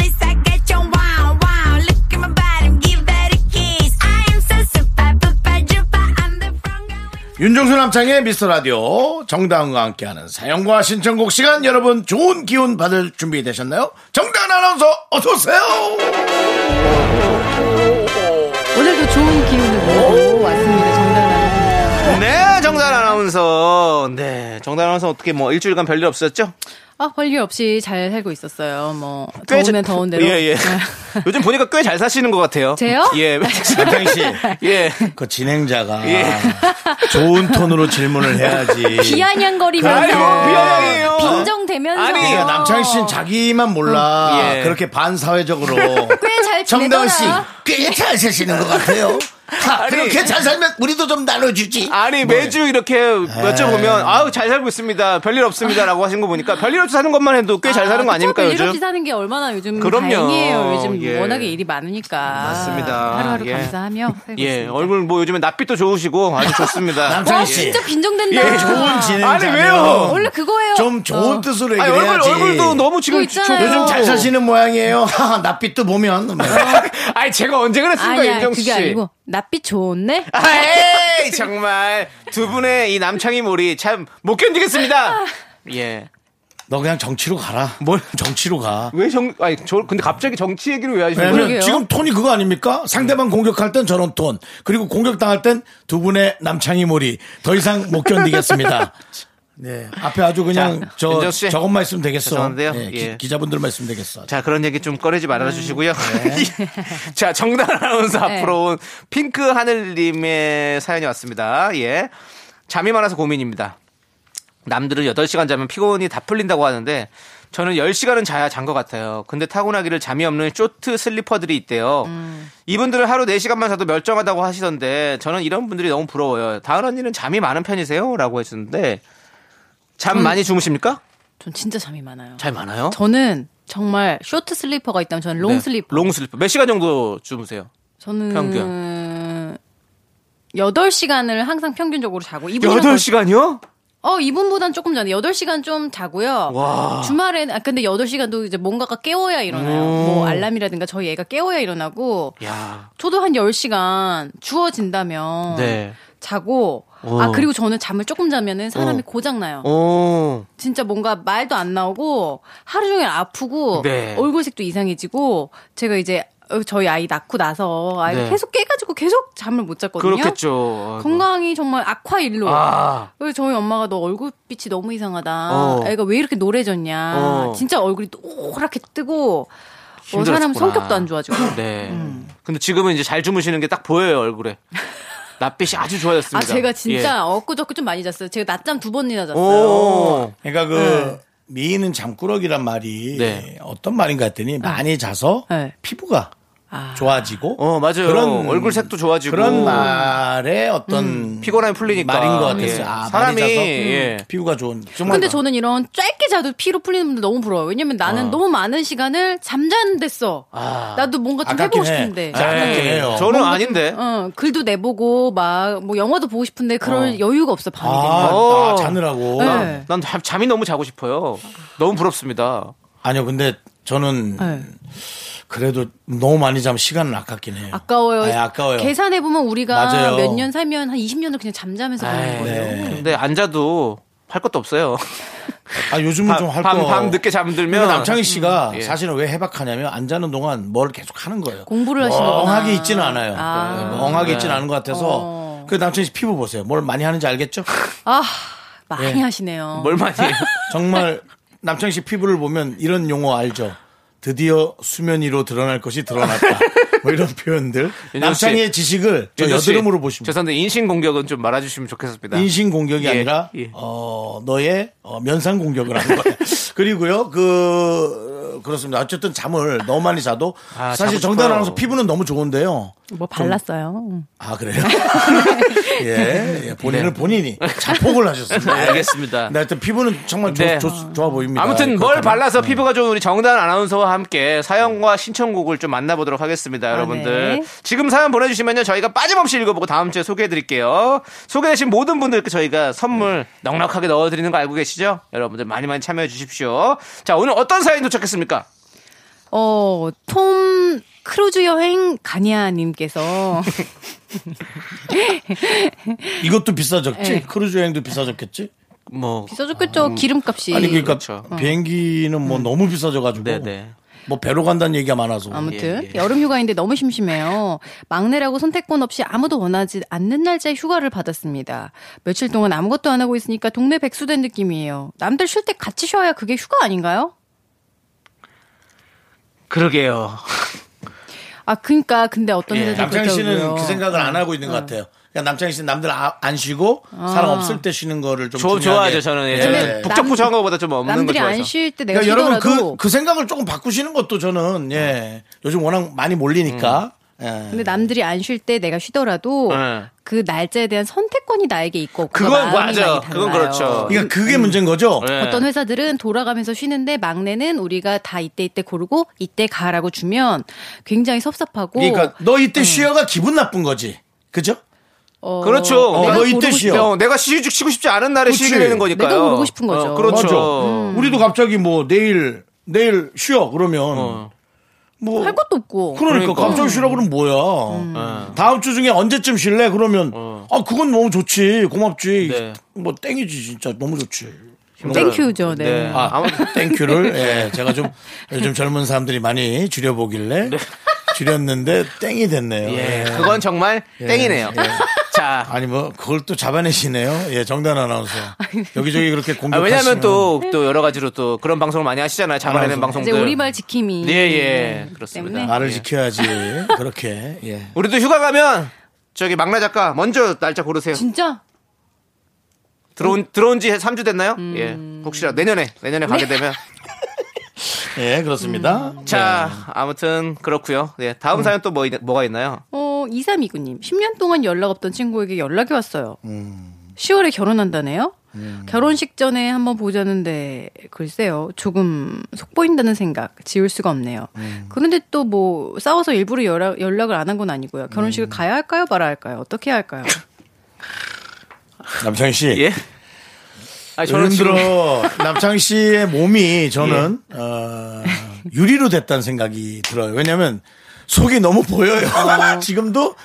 E: psycho, wow, wow. Look at my body, give that a kiss. I am so super, super, duper. I'm the front going.
A: 윤정수 남창의 미스터 라디오 정다은과 함께하는 사연과 신청곡 시간 여러분 좋은 기운 받을 준비 되셨나요? 정다은 아나운서 어서 오세요.
F: 오늘도 좋은 기운으로 왔습니다. 정답은
B: 네 정단 아나운서 네 정단 아나운서 어떻게 뭐 일주일간 별일 없었죠?
F: 아, 벌일 없이 잘 살고 있었어요. 뭐
B: 꽤
F: 더우면
B: 자-
F: 더운 대로. 네.
B: 예, 예. 요즘 보니까 꽤 잘 사시는 것 같아요
F: 제요?
B: 예.
A: 남창희 씨,
B: 예.
A: 그 진행자가
B: 예.
A: 좋은 톤으로 질문을 해야지.
F: 비아냥거리면서
B: 뭐
A: 그래요,
B: 비아냥이에요.
F: 네. 빈정대면서
B: 아니,
A: 그러니까 남창희
F: 어.
A: 씨는 자기만 몰라
B: 예.
A: 그렇게 반사회적으로
F: 잘
A: 정다은
F: 지내더라.
A: 씨꽤잘 사시는 것 같아요. 다
B: 아니.
A: 그렇게 잘 살면 우리도 좀 나눠주지.
B: 아니 매주 이렇게 여쭤보면 아우 잘 살고 있습니다 별일 없습니다라고 하신 거 보니까 별일 없이 사는 것만 해도 꽤 잘 사는 거
F: 아, 그쵸?
B: 아닙니까
F: 별일
B: 요즘?
F: 없이 사는 게 얼마나 요즘
B: 그럼요.
F: 다행이에요. 요즘
B: 예.
F: 워낙에 일이 많으니까.
B: 맞습니다.
F: 하루하루
B: 예.
F: 감사하며 살고
B: 예
F: 있습니다.
B: 얼굴 뭐 요즘에 낯빛도 좋으시고 아주 좋습니다
F: 와
A: 남창희 씨,
F: 진짜 빈정된다.
A: 예, 좋은 진행자.
B: 아니, 왜요?
F: 원래 그거예요.
A: 좀 좋은
F: 어.
A: 뜻으로
B: 아니,
A: 얘기해야지.
B: 얼굴 얼굴도 너무
F: 그거
B: 지금
F: 있잖아요.
B: 좋-
A: 요즘 잘 사시는 모양이에요. 하하, 낯빛도 보면. 네.
B: 아니 제가 언제 그랬습니까
F: 아니야
B: 윤정수
F: 그게
B: 씨?
F: 아니고 낯빛 좋네.
B: 아, 에이 정말 두 분의 이 남창희 몰이 참 못
F: 아.
B: 견디겠습니다. 예.
A: 너 그냥 정치로 가라. 뭘? 정치로 가.
B: 왜 정, 아니, 저, 근데 갑자기 정치 얘기를 왜 하시는 거예요?
A: 왜냐면 네, 그러니까 지금 톤이 그거 아닙니까? 상대방 공격할 땐 저런 톤. 그리고 공격당할 땐 두 분의 남창희 몰이 더 이상 못 견디겠습니다. 네. 앞에 아주 그냥
B: 자,
A: 저,
B: 윤정수 씨.
A: 저것만 있으면 되겠어.
B: 죄송한데요.
A: 네,
B: 예.
A: 기, 자분들만 있으면 되겠어.
B: 자, 그런 얘기 좀 꺼내지 말아주시고요. 자, 정단 아나운서
F: 네.
B: 앞으로 온 핑크 하늘님의 사연이 왔습니다. 예. 잠이 많아서 고민입니다. 남들은 8시간 자면 피곤이 다 풀린다고 하는데 저는 10시간은 자야 잔 것 같아요. 근데 타고나기를 잠이 없는 쇼트 슬리퍼들이 있대요.
F: 음.
B: 이분들은 하루 4시간만 자도 멸정하다고 하시던데 저는 이런 분들이 너무 부러워요. 다은 언니는 잠이 많은 편이세요? 라고 해주는데 잠 많이 주무십니까?
F: 전 진짜 잠이 많아요.
B: 잘 많아요?
F: 음. 저는 정말 쇼트 슬리퍼가 있다면 저는 롱
B: 네.
F: 슬리퍼.
B: 롱 슬리퍼. 몇 시간 정도 주무세요?
F: 저는
B: 평균.
F: 8시간을 항상 평균적으로 자고 이분은
B: 여덟 시간이요?
F: 어, 이분보단 조금 전에 8시간 좀 자고요. 주말엔 아 근데 8시간도 이제 뭔가가 깨워야 일어나요. 뭐 알람이라든가 저희 애가 깨워야 일어나고
B: 음. 야,
F: 저도 한 10시간 주어진다면
B: 네.
F: 자고
B: 어.
F: 아 그리고 저는 잠을 조금 자면은 사람이 고장 나요.
B: 오,
F: 진짜 뭔가 말도 안 나오고 하루 종일 아프고
B: 네.
F: 얼굴색도 이상해지고 제가 이제 저희 아이 낳고 나서 아이가
B: 네.
F: 계속 깨가지고 계속 잠을 못 잤거든요.
B: 그렇겠죠. 아이고.
F: 건강이 정말 악화일로.
B: 아,
F: 그래서 저희 엄마가 너 얼굴빛이 너무 이상하다.
B: 어.
F: 애가 왜 이렇게 노래졌냐.
B: 어.
F: 진짜 얼굴이 노랗게 뜨고 어,
B: 힘들었구나.
F: 사람 성격도 안 좋아지고.
B: 네.
F: 음.
B: 근데 지금은 이제 잘 주무시는 게 딱 보여요 얼굴에. 낯빛이 아주 좋아졌습니다.
F: 아 제가 진짜
B: 예.
F: 엊그저께 좀 많이 잤어요. 제가 낮잠 두 번이나 잤어요.
B: 오,
A: 그러니까 그 미인은 잠꾸러기란 말이
B: 네.
A: 어떤 말인가 했더니 많이 자서
F: 네.
A: 피부가 좋아지고
B: 어, 맞아요. 얼굴 색도 좋아지고. 네.
A: 그런
B: 음,
A: 말에 어떤
B: 피곤함이 풀리니까.
A: 말인 것 같았어요.
B: 예.
A: 아, 사람이
B: 사람이,
A: 자서
B: 예.
A: 피부가 좋은. 정말
F: 근데 저는 이런 짧게 자도 피로 풀리는 분들 너무 부러워요. 왜냐면 나는
B: 아.
F: 너무 많은 시간을 잠자는데 써. 나도 뭔가 좀
A: 아깝긴
F: 해보고
A: 해.
F: 싶은데.
A: 자, 아깝긴 해요.
B: 저는 아닌데.
F: 어, 글도 내보고 막 뭐 영화도 보고 싶은데 그럴 여유가 없어 밤이 되면.
A: 아,
B: 어.
A: 나 자느라고.
F: 네.
B: 난 잠, 잠이 너무 자고 싶어요. 너무 부럽습니다.
A: 아니요, 근데 저는
F: 네.
A: 그래도 너무 많이 자면 시간은 아깝긴 해요.
F: 아까워요.
A: 아니, 아까워요.
F: 계산해 보면 우리가
A: 맞아요.
F: 몇 년 살면 한 20년을 그냥 잠자면서 보는
B: 에이,
F: 거예요.
A: 네.
B: 근데 안 자도 할 것도 없어요.
A: 아, 요즘은 좀 할 거.
B: 밤, 밤 늦게 잠들면.
A: 근데 남창희 씨가
B: 예.
A: 사실은 왜 해박하냐면 안 자는 동안 뭘 계속 하는 거예요.
F: 공부를 하시는 거구나.
A: 멍하게 있지는 않아요.
F: 아.
A: 네, 멍하게 있지는 않은 것 같아서.
F: 어.
A: 그 남창희 씨 피부 보세요. 뭘 많이 하는지 알겠죠?
F: 아, 많이
A: 네.
F: 하시네요.
B: 뭘 많이 해요?
A: 정말 남창희 씨 피부를 보면 이런 용어 알죠? 드디어 수면 위로 드러날 것이 드러났다. 뭐 이런 표현들.
B: 씨.
A: 남창희의 지식을 저
B: 윤정 씨,
A: 여드름으로 보십니다.
B: 죄송한데 인신 공격은 좀 말아주시면 좋겠습니다.
A: 인신 공격이
B: 예,
A: 아니라
B: 예.
A: 어 너의 어, 면상 공격을 하는 거예요. 그리고요 그 어, 그렇습니다. 어쨌든 잠을 너무 많이 자도
B: 아,
A: 사실
B: 자고
A: 정단
B: 싶어요.
A: 아나운서 피부는 너무 좋은데요.
F: 뭐 발랐어요.
A: 아 그래요? 예, 예, 본인을 본인이 자폭을 하셨습니다.
B: 네, 알겠습니다.
A: 네, 하여튼 피부는 정말 좋-
B: 네.
A: 좋- 좋아 보입니다. 예,
B: 아무튼 뭘
A: 그렇다면. 음.
B: 발라서 피부가 좋은 우리 정단 아나운서와 함께 사연과 신청곡을 좀 만나보도록 하겠습니다, 여러분들.
F: 네.
B: 지금 사연 보내주시면요, 저희가 빠짐없이 읽어보고 다음 주에 소개해드릴게요. 소개되신 모든 분들께 저희가 선물
F: 네.
B: 넉넉하게 넣어드리는 거 알고 계시죠? 여러분들 많이 많이 참여해 주십시오. 자, 오늘 어떤 사연 도착했습니까?
F: 어, 톰 크루즈 여행 가니아님께서
A: 이것도 비싸졌지?
F: 네.
A: 크루즈 여행도 비싸졌겠지?
B: 뭐,
F: 비싸졌겠죠 기름값이.
A: 아니 그러니까
B: 그렇죠. 음.
A: 비행기는 뭐 너무 비싸져가지고
B: 네네.
A: 뭐 배로 간다는 얘기가 많아서
F: 아무튼
B: 예, 예.
F: 여름 휴가인데 너무 심심해요. 막내라고 선택권 없이 아무도 원하지 않는 날짜에 휴가를 받았습니다. 며칠 동안 아무것도 안 하고 있으니까 동네 백수된 느낌이에요. 남들 쉴 때 같이 쉬어야 그게 휴가 아닌가요?
B: 그러게요.
F: 아 그러니까 근데 어떤
B: 예,
F: 데서
A: 남창희 씨는
F: 그렇다고요.
A: 그 생각을
F: 어.
A: 안 하고 있는 것 같아요. 그냥 남창희 씨는 남들 아- 안 쉬고 사람 없을 때 쉬는 거를 좀
B: 저,
A: 중요하게.
B: 좋아하죠, 저는.
A: 네.
B: 예, 저는
F: 근데
B: 북적부
F: 남-
B: 정한 것보다 좀 없는 거
F: 남들이
B: 좋아해서.
F: 안 쉴 때 내가
A: 그러니까 여러분
F: 쉬더라도
A: 그, 그 생각을 조금 바꾸시는 것도 저는
B: 어.
A: 예 요즘 워낙 많이 몰리니까 예.
F: 음. 근데 남들이 안 쉴 때 내가 쉬더라도
B: 네.
F: 그 날짜에 대한 선택권이 나에게 있고 그거
B: 그건
F: 마음이
B: 맞아.
F: 많이
B: 그건
F: 달라요.
B: 그렇죠.
A: 그러니까 그게 문제인 거죠.
B: 예.
F: 어떤 회사들은 돌아가면서 쉬는데 막내는 우리가 다 이때 이때 고르고 이때 가라고 주면 굉장히 섭섭하고
A: 그러니까 너 이때 쉬어가 기분 나쁜 거지, 그죠?
F: 어,
B: 그렇죠.
A: 어,
F: 내가
A: 너
F: 고르고
A: 이때
F: 싶-
A: 쉬어.
B: 어, 내가 쉬, 쉬고 싶지 않은 날에
A: 그치.
B: 쉬게 되는 거니까요.
F: 내가 모르고 싶은 거죠. 음.
B: 어, 그렇죠.
A: 맞아. 우리도 갑자기 뭐 내일 내일 쉬어 그러면 뭐
F: 할 것도 없고
A: 그러니까, 네.
B: 그러니까.
A: 갑자기 쉬라 그러면 뭐야?
B: 예.
A: 다음 주 중에 언제쯤 쉴래? 그러면 아 그건 너무 좋지 고맙지
B: 네.
A: 뭐 땡이지 진짜 너무 좋지
F: 땡큐죠. 네.
B: 아, 아무
A: 땡큐를 예, 제가 좀 요즘 젊은 사람들이 많이 줄여보길래 줄였는데 땡이 됐네요
B: 예,
A: 네. 예.
B: 그건 정말 땡이네요. 자,
A: 아니 뭐 그걸 또 잡아내시네요 예 정단 아나운서 여기저기 그렇게
B: 아,
A: 공격하시면
B: 왜냐하면 또 또 여러 가지로 또 그런 방송을 많이 하시잖아요. 자만하는
A: 맞아.
F: 이제
B: 방송들.
F: 우리말 지킴이.
B: 네. 예, 예,
F: 때문에.
B: 그렇습니다.
A: 말을 지켜야지 그렇게 예
B: 우리도 휴가 가면 저기 막내 작가 먼저 날짜 고르세요.
F: 진짜
B: 들어온 들어온 지 3주 됐나요?
F: 음.
B: 예, 혹시라 내년에 내년에 가게
F: 네.
B: 되면.
A: 예, 그렇습니다
B: 자,
A: 네.
B: 아무튼 그렇고요. 예, 다음 사연 또 뭐 뭐가 있나요?
F: 어 2329님 10년 동안 연락 없던 친구에게 연락이 왔어요. 10월에 결혼한다네요. 결혼식 전에 한번 보자는데 글쎄요 조금 속 보인다는 생각 지울 수가 없네요. 그런데 또 뭐 싸워서 일부러 연락, 연락을 안 한 건 아니고요. 결혼식을 가야 할까요 말아야 할까요 어떻게 해야 할까요?
A: 남창희 씨
B: 예. 아,
A: 요즘
B: 지금-
A: 들어 남창희 씨의 몸이 저는 어, 유리로 됐다는 생각이 들어요. 왜냐하면 속이 너무 보여요. 지금도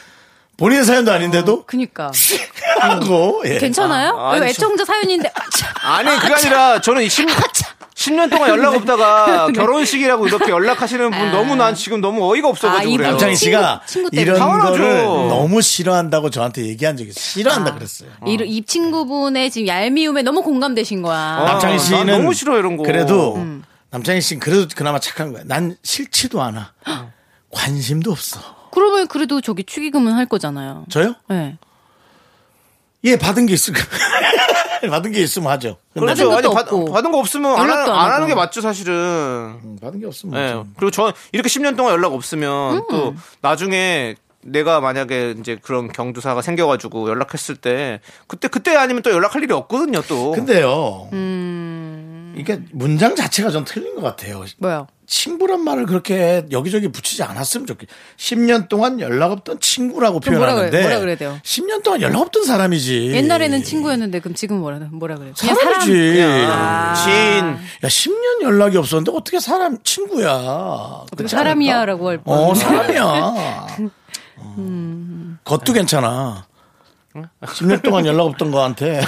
A: 본인의 사연도 아닌데도
F: 그니까
A: 하고 예.
F: 괜찮아요?
B: 아, 아니,
F: 왜 애청자 사연인데 아, 참.
B: 아니 그게 아니라 저는 이 10, 10년 동안 연락
F: 네.
B: 없다가 결혼식이라고 이렇게 연락하시는 분 너무 난 지금 너무 어이가
F: 아, 이
B: 없어가지고 그래요.
A: 남창희 씨가
F: 친구- 친구 때문에.
A: 이런
B: 당연하죠.
A: 거를 너무 싫어한다고 저한테 얘기한 적이 있어요. 싫어한다 그랬어요.
F: 이, 이 친구분의 지금 얄미움에 너무 공감되신 거야.
B: 아,
A: 남창희
B: 난
A: 씨는
B: 너무 싫어, 이런 거.
A: 그래도
F: 음.
A: 남창희 씨는 그래도 그나마 착한 거야. 난 싫지도 않아. 관심도 없어.
F: 그러면 그래도 저기 축의금은 할 거잖아요.
A: 저요?
F: 네.
A: 예, 받은 게 있을까? 받은 게 있으면 하죠. 근데
F: 받은 것도
B: 그렇죠. 받,
F: 없고.
B: 받은 거 없으면 안,
F: 연락도
B: 하,
F: 안
B: 안 하는
F: 하고.
B: 게 맞죠, 사실은.
A: 음, 받은 게 없으면
F: 네.
B: 예.
A: 하죠.
B: 그리고 저 이렇게 10년 동안 연락
F: 음.
B: 없으면 또 나중에 내가 만약에 이제 그런 경조사가 생겨가지고 연락했을 때 그때 그때 아니면 또 연락할 일이 없거든요
F: 어.
B: 또.
A: 근데요. 이게 문장 자체가 좀 틀린 것 같아요.
F: 음, 뭐야?
A: 친구란 말을 그렇게 여기저기 붙이지 않았으면 좋겠. 10년 동안 연락 없던 친구라고
F: 그럼 뭐라 그래-
A: 표현하는데
F: 뭐라 그래야 돼요?
A: 10년 동안 연락 없던 사람이지.
F: 옛날에는 친구였는데 그럼 지금 뭐라 뭐라 그래? 그냥
A: 예. 사람이지.
F: 사람.
B: 아. 지인
A: 야, 10년 연락이 없었는데 어떻게 사람 친구야? 그렇지 않을까?
F: 사람이야라고 할 뻔.
A: 어, 사람이야.
B: 음.
A: 겉도 괜찮아. 10년 동안 연락 없던 거한테.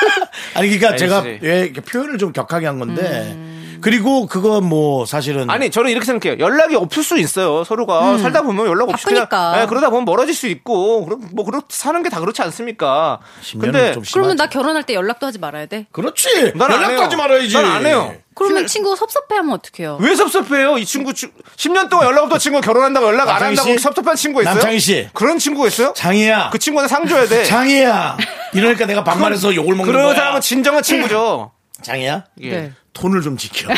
A: 아니, 그러니까
B: 알지.
A: 제가 왜 이렇게 표현을 좀 격하게 한 건데. 그리고 그거 뭐 사실은.
B: 음. 아니 저는 이렇게 생각해요 연락이 없을 수 있어요 서로가
F: 음.
B: 살다 보면
F: 아,
B: 연락 없이
F: 바쁘니까.
B: 그냥 예, 그러다 보면 멀어질 수 있고 그럼 뭐 그렇 사는 게 다 그렇지 않습니까?
A: 10년은
B: 근데
A: 좀 심하지.
F: 그러면 나 결혼할 때 연락도 하지 말아야 돼?
A: 그렇지.
B: 난안 해요.
A: 연락까지 말아야지.
B: 난안 해요.
F: 그러면 친구가 섭섭해하면 어떡해요?
B: 왜 섭섭해요? 이 친구 주- 10년 동안 연락 없던 친구 결혼한다고 연락 안
A: 남창희
B: 한다고
A: 씨?
B: 섭섭한 친구가 있어요?
A: 남창희 씨.
B: 그런 친구가 있어요?
A: 장이야.
B: 그 친구한테 상 줘야 돼.
A: 장이야. 이러니까 내가 반말해서 욕을 먹는
B: 그런
A: 거야.
B: 사람은 진정한 친구죠.
A: 장이야.
B: 예.
F: 네.
A: 돈을 좀 지켜.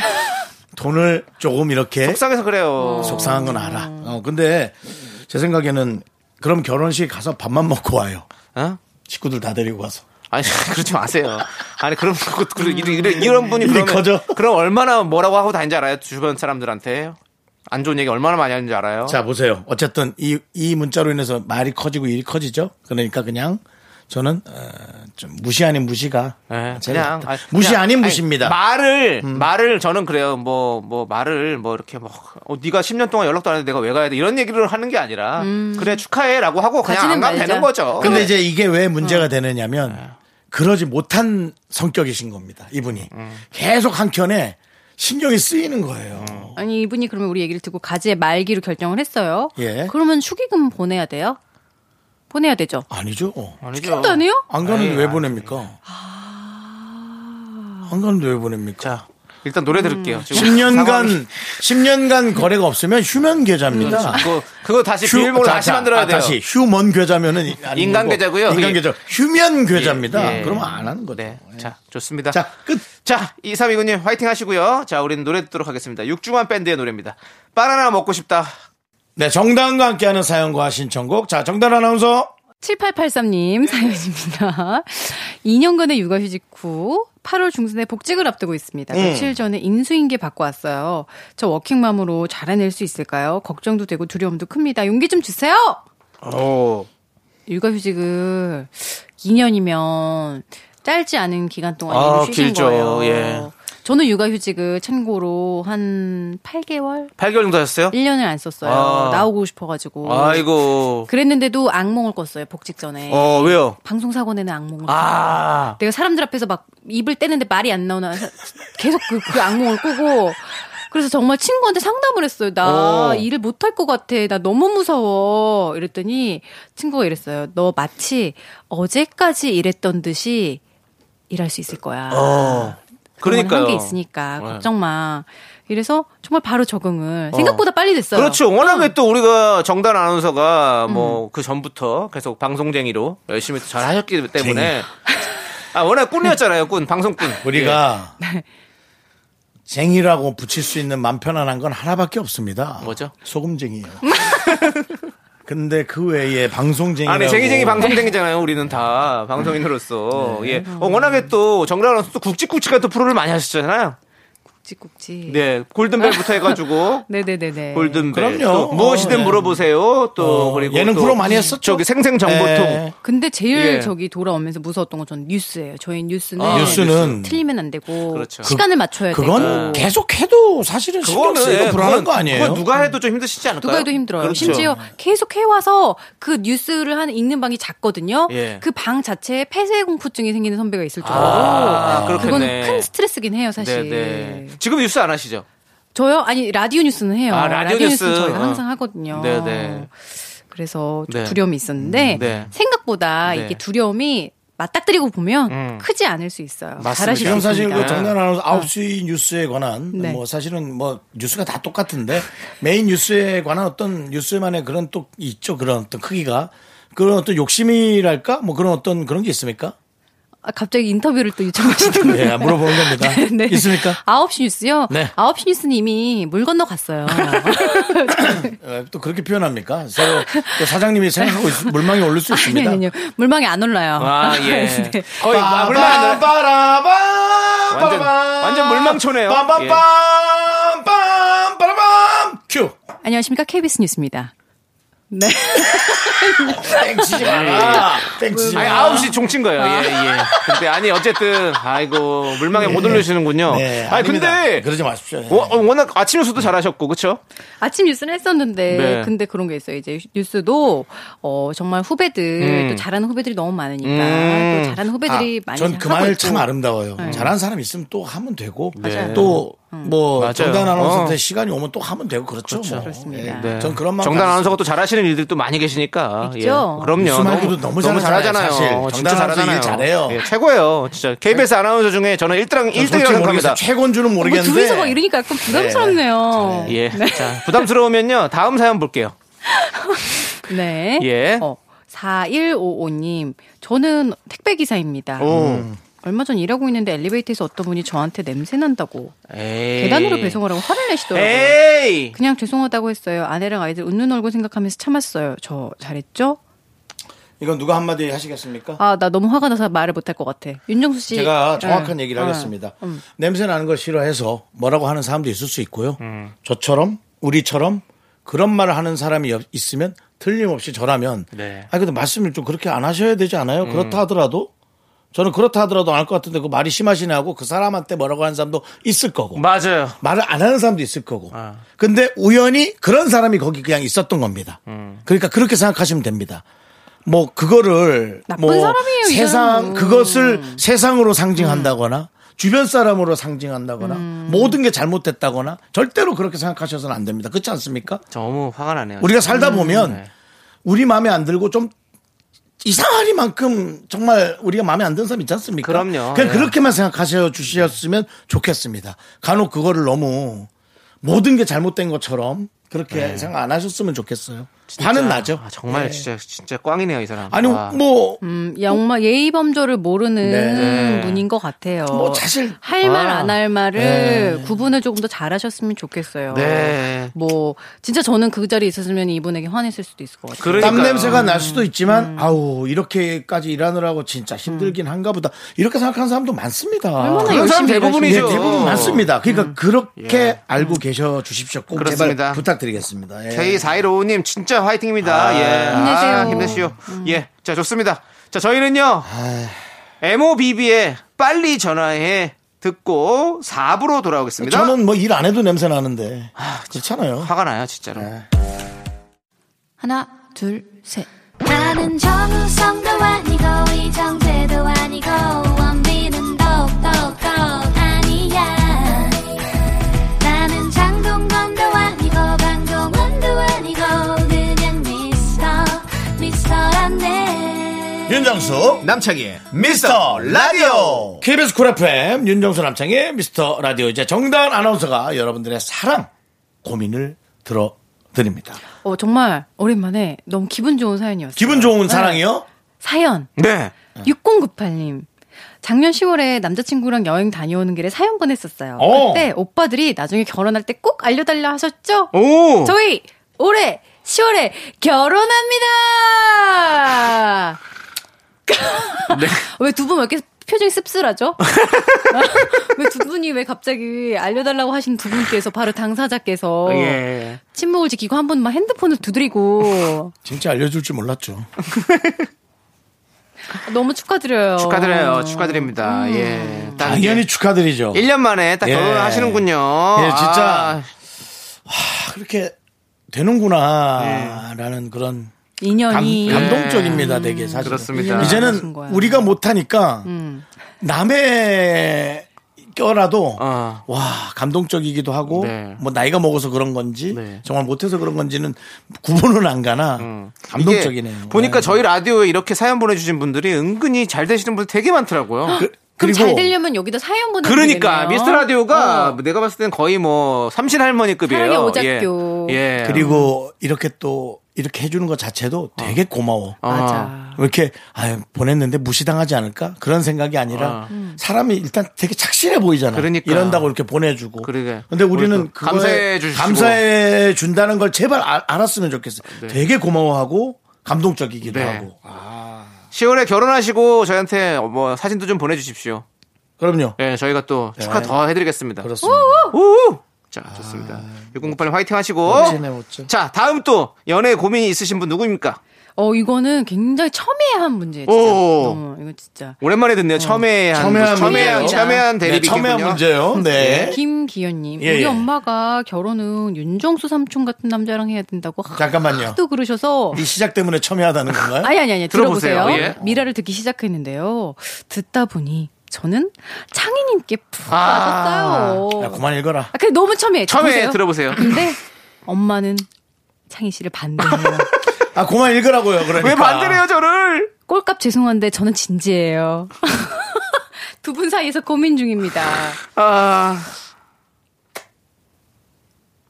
A: 돈을 조금 이렇게
B: 속상해서 그래요.
A: 속상한 건 알아. 어, 근데 제 생각에는 그럼 결혼식 가서 밥만 먹고 와요.
B: 어?
A: 식구들 다 데리고 와서.
B: 아니 그러지 마세요. 아니 그런 그- 그- 이런, 이런- 이런 분이
A: 일이
B: 그러면
A: 커져.
B: 그럼 얼마나 뭐라고 하고 다니는지 알아요? 주변 사람들한테 안 좋은 얘기 얼마나 많이 하는지 알아요?
A: 자, 보세요. 어쨌든 이, 이 문자로 인해서 말이 커지고 일이 커지죠. 그러니까 그냥 저는 어, 좀 무시 아닌 무시가
B: 예,
A: 제일
B: 그냥
A: 낫다.
B: 아니,
A: 무시
B: 그냥,
A: 아닌
B: 아니,
A: 무시입니다. 음.
B: 말을 말을 저는 그래요. 뭐 뭐 말을 뭐 이렇게 뭐 어, 네가 10년 동안 연락도 안 했는데 내가 왜 가야 돼 이런 얘기를 하는 게 아니라 그래 축하해라고 하고 그냥
F: 음. 가지는
B: 안 가면
F: 말자.
B: 되는 거죠.
A: 근데 이제 이게 왜 문제가
B: 어. 네.
A: 되느냐면 그러지 못한 성격이신 겁니다. 이분이
B: 음.
A: 계속 한 켠에 신경이 쓰이는 거예요.
B: 음.
F: 아니 이분이 그러면 우리 얘기를 듣고 가지의 말기로 결정을 했어요.
A: 예.
F: 그러면 축의금 보내야 돼요? 보내야 되죠.
A: 아니죠.
B: 음. 아니죠.
F: 축의금도 안 해요?
A: 안 가는데
B: 에이,
A: 왜
B: 아니.
A: 보냅니까? 안 가는데 왜 보냅니까?
B: 자 일단 노래 들을게요. 지금
A: 10년간 10년간 거래가 없으면 휴면
B: 상황이-
A: 계좌입니다.
B: 그거 그거 다시
A: 휴-
B: 그렇죠. 비밀번호
A: 자,
B: 다시
A: 자,
B: 만들어야
A: 아,
B: 돼요.
A: 다시 휴먼 계좌면은 이- 아니,
B: 인간
A: 이거-
B: 계좌고요.
A: 인간
B: 그게-
A: 계좌. 휴면 계좌입니다.
B: 예.
A: 그러면 안 하는 거죠.
B: 네. 자, 좋습니다.
A: 자, 끝.
B: 자, 2329님 화이팅 하시고요. 자, 우리는 노래 듣도록 하겠습니다. 육중한 밴드의 노래입니다. 바나나 먹고 싶다.
A: 네, 정당과 함께하는 사연과 신청곡. 자, 정단 아나운서.
F: 7883님 사연입니다. 2년간의 육아휴직 후 8월 중순에 복직을 앞두고 있습니다.
A: 음.
F: 며칠 전에 인수인계 받고 왔어요. 저 워킹맘으로 잘해낼 수 있을까요? 걱정도 되고 두려움도 큽니다. 용기 좀 주세요!
B: 오.
F: 육아휴직을 2년이면 짧지 않은 기간 동안
B: 아,
F: 일을 쉬신
B: 길죠.
F: 거예요.
B: 예.
F: 저는 육아휴직을 참고로 한 8개월?
B: 8개월 정도 하셨어요?
F: 1년을 안 썼어요.
B: 아.
F: 나오고 싶어가지고.
B: 아이고.
F: 그랬는데도 악몽을 꿨어요. 복직 전에.
B: 어, 왜요?
F: 방송 사고 내는 악몽을
B: 아.
F: 내가 사람들 앞에서 막 입을 떼는데 말이 안 나오나 해서 계속 그, 그 악몽을 꾸고 그래서 정말 친구한테 상담을 했어요. 나
B: 어.
F: 일을 못할 것 같아. 나 너무 무서워. 이랬더니 친구가 이랬어요. 너 마치 어제까지 일했던 듯이 일할 수 있을 거야.
B: 어, 그러니까요.
F: 뭐 한게 있으니까
B: 네.
F: 걱정 마. 이래서 정말 바로 적응을 생각보다 빨리 됐어요.
B: 그렇죠. 워낙에 또 우리가 정단 아나운서가 뭐 그 전부터 계속 방송쟁이로 열심히 잘 하셨기 때문에. 아, 워낙 꾼이었잖아요, 꾼. 방송꾼.
A: 우리가
B: 예.
F: 네.
A: 쟁이라고 붙일 수 있는 맘 편안한 건 하나밖에 없습니다.
B: 뭐죠?
A: 소금쟁이에요. 근데 그 외에 방송쟁이.
B: 예. 아니 쟁이쟁이 방송쟁이잖아요. 우리는 다 방송인으로서
F: 네.
B: 예. 어, 워낙에 또 정다은 또 굵직굵직한 또 프로를 많이 하셨잖아요.
F: 찌꾹찌.
B: 네 골든벨부터 해가지고
F: 네네네네.
B: 골든벨.
A: 그럼요.
B: 또 무엇이든
A: 어, 네.
B: 물어보세요. 또
A: 어,
B: 그리고
A: 예능
B: 또
A: 프로 많이 했었죠?
B: 저기 생생정보통.
A: 예.
F: 근데 제일
B: 예.
F: 저기 돌아오면서 무서웠던 건 전 뉴스예요. 저희 뉴스는
B: 아,
A: 뉴스는
F: 틀리면 안 되고
B: 그렇죠.
F: 시간을 맞춰야 되고
A: 그건 계속 해도 사실은 신경
B: 그거는
A: 쓰이고
B: 예,
A: 불안한
B: 그건-
A: 거 아니에요? 음.
B: 그건 누가 해도 좀 힘드시지 않을까요?
F: 누가 해도 힘들어요.
B: 그렇죠.
F: 심지어 계속 해와서 그 뉴스를 하는 읽는 방이 작거든요.
B: 예.
F: 그 방 자체에 폐쇄 공포증이 생기는 선배가 있을 정도로
B: 아,
F: 그건
B: 그렇겠네.
F: 큰 스트레스긴 해요,
B: 네,
F: 사실.
B: 네. 지금 뉴스 안 하시죠?
F: 저요? 아니 라디오 뉴스는 해요.
B: 아, 라디오 뉴스.
F: 는 저희가
B: 어.
F: 항상 하거든요.
B: 네, 네.
F: 그래서 좀
B: 네.
F: 두려움이 있었는데
B: 음, 네.
F: 생각보다
B: 네.
F: 이게 두려움이 맞닥뜨리고 보면
B: 음.
F: 크지 않을 수 있어요.
B: 맞습니다.
F: 잘하실 수
A: 지금 사실 그
B: 그러니까.
F: 있으니까.
A: 정단 아나운서 9시 뉴스에 관한
F: 네.
A: 뭐 사실은 뭐 뉴스가 다 똑같은데 메인 뉴스에 관한 어떤 뉴스만의 그런 또 있죠. 그런 어떤 크기가 그런 어떤 욕심이랄까? 뭐 그런 어떤 그런 게 있습니까?
F: 아, 갑자기 인터뷰를 또 요청하시는
A: 예,
F: 거예요. 네,
A: 물어보는 겁니다. 있습니까?
F: 9시 뉴스요?
A: 네.
F: 9시 뉴스는 이미 물 건너 갔어요.
A: 어, 또 그렇게 표현합니까? 서로 또 사장님이 생각하고 있- 물망에 올릴 수
F: 아니,
A: 있습니다.
F: 아니요. 물망이 안 올라요.
B: 아, 예.
F: 네.
B: 거의 마블만
A: 빠라밤
B: 완전-
A: 빠라밤.
B: 완전 물망초네요.
A: 빰빰빰
B: 예.
A: 빰 빠라밤 큐.
F: 안녕하십니까. KBS 뉴스입니다. 네.
A: 땡치지 마라. 아, 땡치지
B: 아, 아니,
A: 마.
B: 9시 종친 거예요. 예, 예. 근데 아니, 어쨌든, 아이고, 물망에 못 올려주시는군요.
A: 네,
B: 아니,
A: 아닙니다.
B: 근데,
A: 그러지 마십시오. 예.
B: 워- 어, 워낙 아침 뉴스도 잘하셨고, 그쵸?
F: 아침 뉴스는 했었는데
B: 네.
F: 근데 그런 게 있어요. 이제 뉴스도 어 정말 후배들
B: 음.
F: 또 잘하는 후배들이 너무 많으니까
B: 음.
F: 또 잘하는 후배들이 많이
A: 전 그 말
F: 하고 네.
A: 참
F: 있고.
A: 아름다워요. 잘하는 사람 있으면 또 하면 되고
B: 맞아요.
A: 또
F: 음.
A: 뭐
B: 맞아요.
A: 정단 아나운서한테
B: 어. 네.
A: 시간이 오면 또 하면 되고 그렇죠. 뭐.
F: 그렇습니다.
A: 예. 전 그런 마음
B: 정단 아나운서가 또 잘하시는 일들이 또 많이 계시니까.
F: 있죠.
B: 예. 그럼요.
A: 뉴스 말고도 너무 잘하잖아요, 사실.
B: 잘하잖아요.
A: 정단
B: 진짜
A: 아나운서 일 잘해요. 네.
B: 예, 최고예요. 진짜. KBS 아나운서 중에 저는 1등, 1등이라고
A: 모르겠어요.
B: 생각합니다.
A: 최고인 줄은
F: 뭐
A: 모르겠는데. 네.
F: 둘이서 막 이러니까 약간 부담스럽네요.
B: 예. 자, 부담스러우면요. 다음 사연 볼게요.
F: 네.
B: 예.
F: 어, 4155님, 저는 택배기사입니다.
A: 어.
F: 얼마 전 일하고 있는데 엘리베이터에서 어떤 분이 저한테 냄새 난다고
A: 예.
B: 에이.
F: 계단으로 배송하라고 화를 내시더라고요.
B: 에이.
F: 그냥 죄송하다고 했어요. 아내랑 아이들 웃는 얼굴 생각하면서 참았어요. 저 잘했죠?
A: 이건 누가 한마디 하시겠습니까?
F: 아, 나 너무 화가 나서 말을 못할 것 같아. 윤정수 씨.
A: 제가 정확한
F: 네.
A: 얘기를
F: 어.
A: 하겠습니다. 냄새 나는 걸 싫어해서 뭐라고 하는 사람도 있을 수 있고요. 저처럼 우리처럼 그런 말을 하는 사람이 옆- 있으면 틀림없이 저라면
B: 네.
A: 아 그래도 말씀을 좀 그렇게 안 하셔야 되지 않아요? 그렇다 하더라도 저는 그렇다 하더라도 안 할 것 같은데 그 말이 심하시네 하고 그 사람한테 뭐라고 하는 사람도 있을 거고
B: 맞아요.
A: 말을 안 하는 사람도 있을 거고. 근데 우연히 그런 사람이 거기 그냥 있었던 겁니다. 그러니까 그렇게 생각하시면 됩니다. 뭐 그거를
F: 나쁜
A: 뭐
F: 사람이에요, 이
A: 세상
F: 사람은. 음.
A: 그것을 세상으로 상징한다거나 주변 사람으로 상징한다거나
F: 음.
A: 모든 게 잘못됐다거나 절대로 그렇게 생각하셔서는 안 됩니다. 그렇지 않습니까?
B: 너무 화가 나네요.
A: 우리가 살다 보면
B: 네.
A: 우리 마음에 안 들고 좀 이상하리만큼 정말 우리가 마음에 안 드는 사람 있지 않습니까?
B: 그럼요.
A: 그냥
B: 예.
A: 그렇게만 생각하셔 주셨으면 좋겠습니다. 간혹 그거를 너무 모든 게 잘못된 것처럼 그렇게 생각 안 하셨으면 좋겠어요. 화는 나죠.
B: 네.
A: 네.
B: 아, 정말 진짜 진짜 꽝이네요, 이 사람.
A: 아니
B: 와.
A: 뭐
F: 음, 정말 예의 범절을 모르는
A: 네.
F: 분인 것 같아요.
A: 뭐 사실- 네.
F: 할 말
B: 아.
F: 안 할 말을 구분을 조금 더 잘하셨으면 좋겠어요.
B: 네.
F: 뭐 진짜 저는 그 자리에 있었으면 이분에게 화냈을 수도 있을 것 같아요.
B: 그러니까요.
A: 땀 냄새가 날 수도 있지만 아우 이렇게까지 일하느라고 진짜 힘들긴 한가 보다. 이렇게 생각하는 사람도 많습니다.
F: 얼마나
B: 그런 사람
F: 열심히
B: 대부분이죠.
F: 일하시는지.
A: 예, 대부분 많습니다. 그러니까 그렇게 알고 계셔 주십시오. 꼭
B: 예. 그렇습니다.
A: 제발 부탁드리겠습니다. 예.
B: K4155님 진짜 화이팅입니다. 예.
F: 힘내세요. 음.
B: 아, 힘내시오. 예. 자, 좋습니다. 자, 저희는요. MOBB의 빨리 전화해 듣고 4부로 돌아오겠습니다.
A: 저는 뭐 일 안 해도 냄새 나는데 그렇잖아요.
B: 화가 나요, 진짜로.
A: 네.
F: 하나, 둘, 셋.
D: 나는 정우성도 아니고 이정재도 아니고 원빈은 더욱더 아니야 나는 장동건도 아니고 방종원도 아니고 그냥 미스터 미스터란데
A: 윤정수 남창희의 미스터 라디오 KBS 쿨 FM 윤정수 남창희의 미스터 라디오 이제 정다은 아나운서가 여러분들의 사랑 고민을 들어드립니다
F: 어 정말 오랜만에 너무 기분 좋은 사연이었어요. 네.
A: 기분 좋은 사랑이요?
F: 사연.
B: 네.
F: 6098님. 작년 10월에 남자친구랑 여행 다녀오는 길에 사연 보냈었어요.
A: 어.
F: 그때 오빠들이 나중에 결혼할 때 꼭 알려달라 하셨죠?
B: 오!
F: 저희 올해 10월에 결혼합니다. 왜 두 분 왜 이렇게 표정이 씁쓸하죠? 왜 두 분이 왜 갑자기 알려달라고 하신 두 분께서 바로 당사자께서
B: 예.
F: 침묵을 지키고 한 분만 핸드폰을 두드리고
A: 진짜 알려줄 줄 몰랐죠
B: 아, 네.
F: 너무 축하드려요.
B: 축하드려요. 축하드립니다.
F: 음.
B: 예. 딱
A: 당연히 축하드리죠
B: 1년 만에 딱
A: 예.
B: 결혼을 하시는군요.
A: 예,
B: 아,
A: 진짜. 아, 그렇게 되는구나 라는 그런 감,
F: 인연이
A: 동적입니다 되게 사실
B: 네. 그렇습니다.
A: 이제는
F: 하신 거야.
A: 우리가 못하니까
F: 음.
A: 남의 껴라도
B: 어.
A: 와 감동적이기도 하고
B: 네.
A: 뭐 나이가 먹어서 그런 건지
B: 네.
A: 정말 못해서 그런 건지는 구분은 안 가나
B: 음. 이게
A: 음, 감동적이네요.
B: 보니까
A: 네.
B: 저희 라디오에 이렇게 사연 보내주신 분들이 은근히 잘 되시는 분들 되게 많더라고요.
A: 그,
F: 그럼
A: 리
F: 잘
A: 고
F: 되려면 여기다 사연 보내
B: 그러니까 미스터
F: 어.
B: 라디오가 내가 봤을 땐 거의 뭐 삼신 할머니급이에요.
F: 사랑의 오작교.
B: 예. 예.
A: 그리고 이렇게 또 이렇게 해주는 것 자체도
B: 어.
A: 되게 고마워.
F: 맞아.
A: 이렇게 아, 보냈는데 무시당하지 않을까 그런 생각이 아니라 사람이 일단 되게 착실해 보이잖아.
B: 어. 음. 그러니까.
A: 이런다고 이렇게 보내주고.
B: 그러게.
A: 근데 우리는
B: 그러니까.
A: 그거에
B: 감사해 주시고.
A: 감사해 준다는 걸 제발 아- 알았으면 좋겠어.
B: 네.
A: 되게 고마워하고 감동적이기도
B: 네.
A: 하고. 아,
B: 10월에 결혼하시고 저희한테 뭐 사진도 좀 보내주십시오.
A: 그럼요.
B: 예, 저희가 또 축하 더 해드리겠습니다.
A: 네. 그렇습니다. 아, 네.
B: 우우! 자, 좋습니다. 6098님 화이팅 하시고.
A: 멋지네, 멋져.
B: 자, 다음 또 연애 고민이 있으신 분 누구입니까?
F: 어 이거는 굉장히 첨예한 문제예요. 진짜.
B: 오.
F: 어, 이거 진짜.
B: 오랜만에 듣네요. 첨예한.
A: 음. 첨예한
B: 첨예한,
A: 문제예요.
B: 첨예한
A: 네,
B: 대립이.
A: 첨예한 문제요. 네.
F: 김기현님,
A: 예,
F: 우리
A: 예.
F: 엄마가 결혼은 윤정수 삼촌 같은 남자랑 해야 된다고
A: 잠깐만요.
F: 하도 그러셔서
A: 이 시작 때문에 첨예하다는 건가요?
F: 아니 아니 아니
B: 들어보세요.
F: 들어보세요.
B: 예.
F: 미라를 듣기 시작했는데요. 듣다 보니 저는 창희님께 푹
B: 아.
F: 빠졌어요.
A: 야, 그만 읽어라.
F: 아, 근데 너무 첨예해.
B: 첨예해
F: 보세요.
B: 들어보세요.
F: 근데 엄마는 창희 씨를 반대해요.
A: 아, 그만 읽으라고요. 그러니까.
B: 왜 반대래요, 저를?
F: 꼴값 죄송한데 저는 진지해요. 두 분 사이에서 고민 중입니다.
B: 아.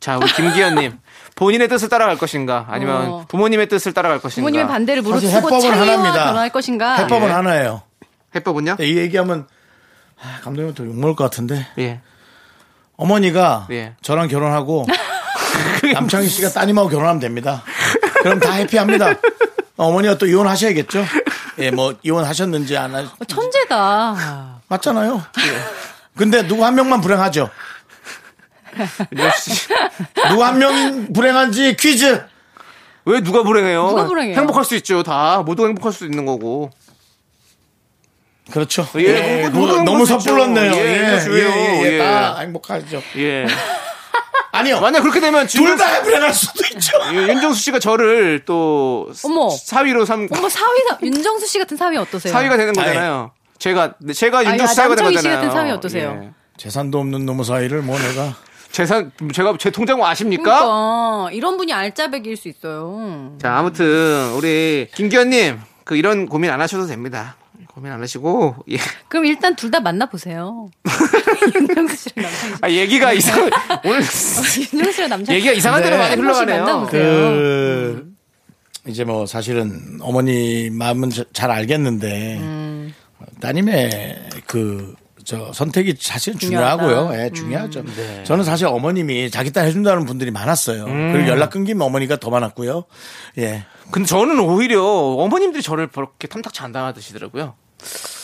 B: 자, 우리 김기현님. 본인의 뜻을 따라갈 것인가? 아니면
F: 어.
B: 부모님의 뜻을 따라갈 것인가?
F: 부모님의 반대를
A: 사실
F: 무릅쓰고
A: 해법은
F: 창희와
A: 하나입니다.
F: 결혼할 것인가?
A: 해법은
B: 예.
A: 하나예요.
B: 해법은요?
F: 네.
A: 이 얘기하면 아, 감독님한테 욕먹을 것 같은데
B: 예.
A: 어머니가
B: 예.
A: 저랑 결혼하고 남창희 씨가 따님하고 결혼하면 됩니다. 그럼 다 해피합니다. 어, 어머니가 또 이혼하셔야겠죠? 예, 뭐 이혼하셨는지 안 하...
F: 어, 천재다.
A: 맞잖아요. 예. 근데 누구 한 명만 불행하죠.
B: 역시.
A: 누구 한 명이 불행한지 퀴즈.
B: 왜 누가 불행해요?
F: 누가 불행해요?
B: 행복할 수 있죠. 다 모두 행복할 수 있는 거고.
A: 그렇죠.
B: 예, 그거
A: 뭐,
B: 누구나
A: 너무
B: 볼수 있죠.
A: 섣불렀네요.
B: 예,
A: 예, 예,
B: 그렇죠.
A: 예, 예,
B: 예.
A: 다 행복하죠.
B: 예.
A: 아니요.
B: 만약 그렇게 되면
A: 둘
B: 지금 예,
A: 다 불행할 수도 있죠.
B: 윤- 윤정수 씨가 저를 또 사-
F: 어머.
B: 사위로 삼
F: 어머 사위 사- 윤정수 씨 같은 사위 어떠세요?
B: 사위가 되는 거잖아요. 제가 제가
F: 아니,
B: 윤정수
F: 아,
B: 사위가 되는
F: 남창희
B: 거잖아요.
F: 씨 같은 사위 어떠세요?
B: 예.
A: 재산도 없는 놈의 사이를 뭐 내가
B: 재산 제가 제 통장 아십니까?
F: 그러니까 이런 분이 알짜배기일 수 있어요.
B: 자 아무튼 우리 김기현님 그 이런 고민 안 하셔도 됩니다. 고민 안 하시고 예.
F: 그럼 일단 둘 다 만나 보세요. 윤정수 씨랑 남창희 씨.
B: 아 얘기가 이상 오늘
F: 윤정수 씨랑 남창희
B: 얘기가 이상한 데로
A: 네.
B: 많이
F: 한 번씩
B: 흘러가네요.
F: 만나보세요.
A: 그 이제 뭐 사실은 어머니 마음은 저- 잘 알겠는데 따님의 그 저 선택이 사실
F: 중요하다. 음.
A: 중요하고요. 예, 중요하죠. 저는 사실 어머님이 자기 딸 해준다는 분들이 많았어요. 그리고 연락 끊기면 어머니가 더 많았고요. 예.
B: 근데 저는 오히려 어머님들이 저를 그렇게 탐탁치 안 당하시더라고요.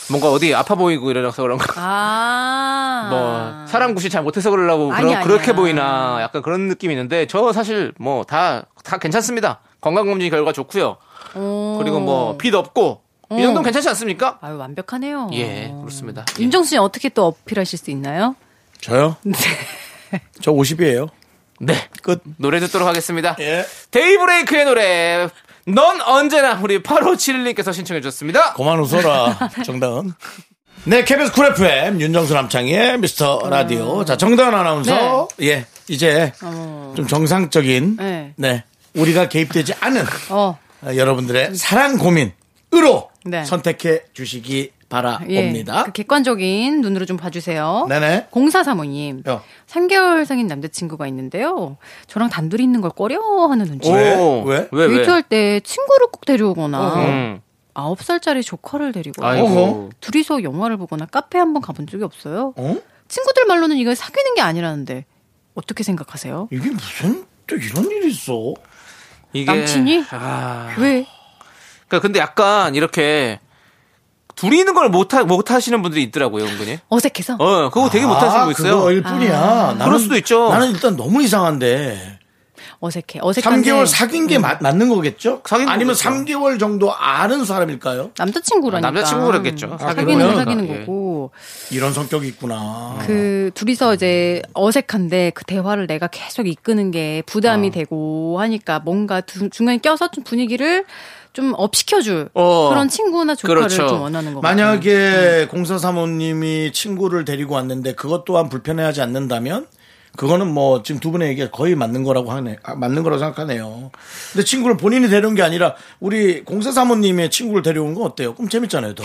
B: 뭔가 어디 아파 보이고 이래서 그런가.
F: 아.
B: 뭐 사람 구실 잘 못해서 그러려고
F: 아니,
B: 그런-
F: 아니야.
B: 그렇게 보이나 약간 그런 느낌이 있는데 저 사실 뭐 다 다 괜찮습니다. 건강검진 결과 좋고요.
F: 오.
B: 그리고 뭐 빚 없고 이 정도면 괜찮지 않습니까?
F: 아유 완벽하네요.
B: 예, 그렇습니다. 예.
F: 윤정수 씨 어떻게 또 어필하실 수 있나요?
A: 저요?
F: 네.
A: 저 50이에요.
B: 네.
A: 끝.
B: 노래 듣도록 하겠습니다.
A: 예.
B: 데이브레이크의 노래 넌 언제나 우리 8571님께서 신청해 주셨습니다.
A: 그만 웃어라. 정다은. 네, KBS 쿨 FM 윤정수 남창희의 미스터
F: 음.
A: 라디오. 자, 정다은 아나운서. 예. 이제 좀 정상적인
F: 어. 네.
A: 네. 우리가 개입되지 않은
F: 어.
A: 어, 여러분들의 사랑 고민으로
F: 네.
A: 선택해 주시기
F: 예.
A: 바라옵니다.
F: 그 객관적인 눈으로 좀 봐주세요.
A: 네네.
F: 공사사모님.
A: 어.
F: 3개월 상인 남자친구가 있는데요. 저랑 단둘이 있는 걸 꺼려하는 눈치.
A: 왜? 어,
B: 왜? 왜?
F: 데이트할 때 친구를 꼭 데려오거나
B: 음.
F: 아홉 살짜리 조카를 데리고 어,
B: 아이고.
F: 둘이서 영화를 보거나 카페 한번 가본 적이 없어요.
A: 어?
F: 친구들 말로는 이걸 사귀는 게 아니라는데 어떻게 생각하세요?
A: 이게 무슨 또 이런 일이 있어?
B: 이게
F: 남친이?
B: 아.
F: 왜?
B: 그러니까 근데 약간 이렇게 둘이 있는 걸 못 못 하시는 분들이 있더라고요, 은근히.
F: 어색해서?
B: 어, 그거 되게 못 하시는
A: 아,
B: 거 있어요.
A: 그거일 뿐이야. 나는,
B: 그럴 수도 있죠.
A: 나는 일단 너무 이상한데.
F: 어색해. 어색한데
A: 3개월 사귄 게 맞, 맞는 거겠죠?
B: 네. 사귄
A: 아니면
B: 거겠죠.
A: 3개월 정도 아는 사람일까요?
F: 남자친구라니까.
B: 남자친구라겠죠.
F: 아, 사귀는
A: 그래요?
F: 건 사귀는
B: 예.
F: 거고.
A: 이런 성격이
B: 어.
A: 있구나.
F: 그 둘이서 이제 어색한데 그 대화를 내가 계속 이끄는 게
B: 어.
F: 부담이 되고 하니까 뭔가 두- 중간에 껴서 좀 분위기를 좀 업시켜줄
B: 어.
F: 그런 친구나 조카를
B: 그렇죠.
F: 좀 원하는 거 같아요. 음.
A: 만약에 공사 사모님이 친구를 데리고 왔는데 그것 또한 불편해하지 않는다면 그거는 뭐 지금 두 분의 얘기가 거의 맞는 거라고 하네 아, 맞는 거라고 생각하네요. 근데 친구를 본인이 데려온 게 아니라 우리 공사 사모님의 친구를 데려온 건 어때요? 그럼 재밌잖아요, 더.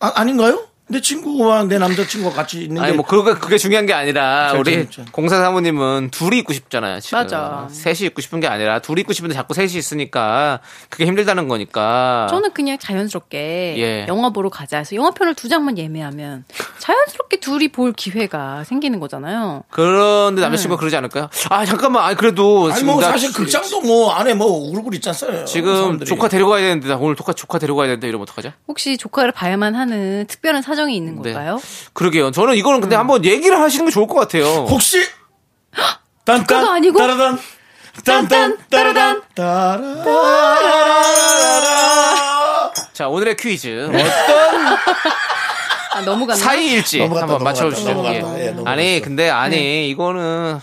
A: 아, 아닌가요? 내 친구와 내 남자친구와 같이 있는
B: 아니
A: 게
B: 뭐 그게 그게 중요한 게 아니라
A: 잘
B: 우리
A: 재밌죠.
B: 공사 사모님은 둘이 있고 싶잖아요. 지금.
F: 그렇죠, 맞아.
B: 셋이 있고 싶은 게 아니라 둘이 있고 싶은데 자꾸 셋이 있으니까 그게 힘들다는 거니까.
F: 저는 그냥 자연스럽게
B: 예.
F: 영화 보러 가자 해서 영화편을 두 장만 예매하면 자연스럽게 둘이 볼 기회가 생기는 거잖아요.
B: 그런데 남자친구가
F: 네.
B: 그러지 않을까요? 아 잠깐만, 아 그래도
A: 아니
B: 지금
A: 뭐
B: 나
A: 사실 극장도 뭐 안에 뭐 얼굴 있잖아요.
B: 지금
A: 사람들이.
B: 조카 데리고 가야 되는데 나 오늘 조카 조카 데리고 가야 되는데 이러면 어떡하죠?
F: 혹시 조카를 봐야만 하는 특별한 사정이 있는
B: 네.
F: 걸까요?
B: 그러게요. 저는 이거는
F: 음.
B: 근데 한번 얘기를 하시는 게 좋을 것 같아요.
A: 혹시 딴딴
F: 그거 아니고?
A: 따라단 딴딴 따라단 따라라라라라
B: 자 오늘의 퀴즈
A: 네.
B: 어떤
F: 아, 너무 갔나?
B: 사이일지
A: 넘어갔다,
B: 한번
A: 넘어갔다,
B: 맞춰주시죠.
A: 넘어갔다.
B: 예.
A: 예, 네. 넘어갔어.
B: 아니 근데 아니 이거는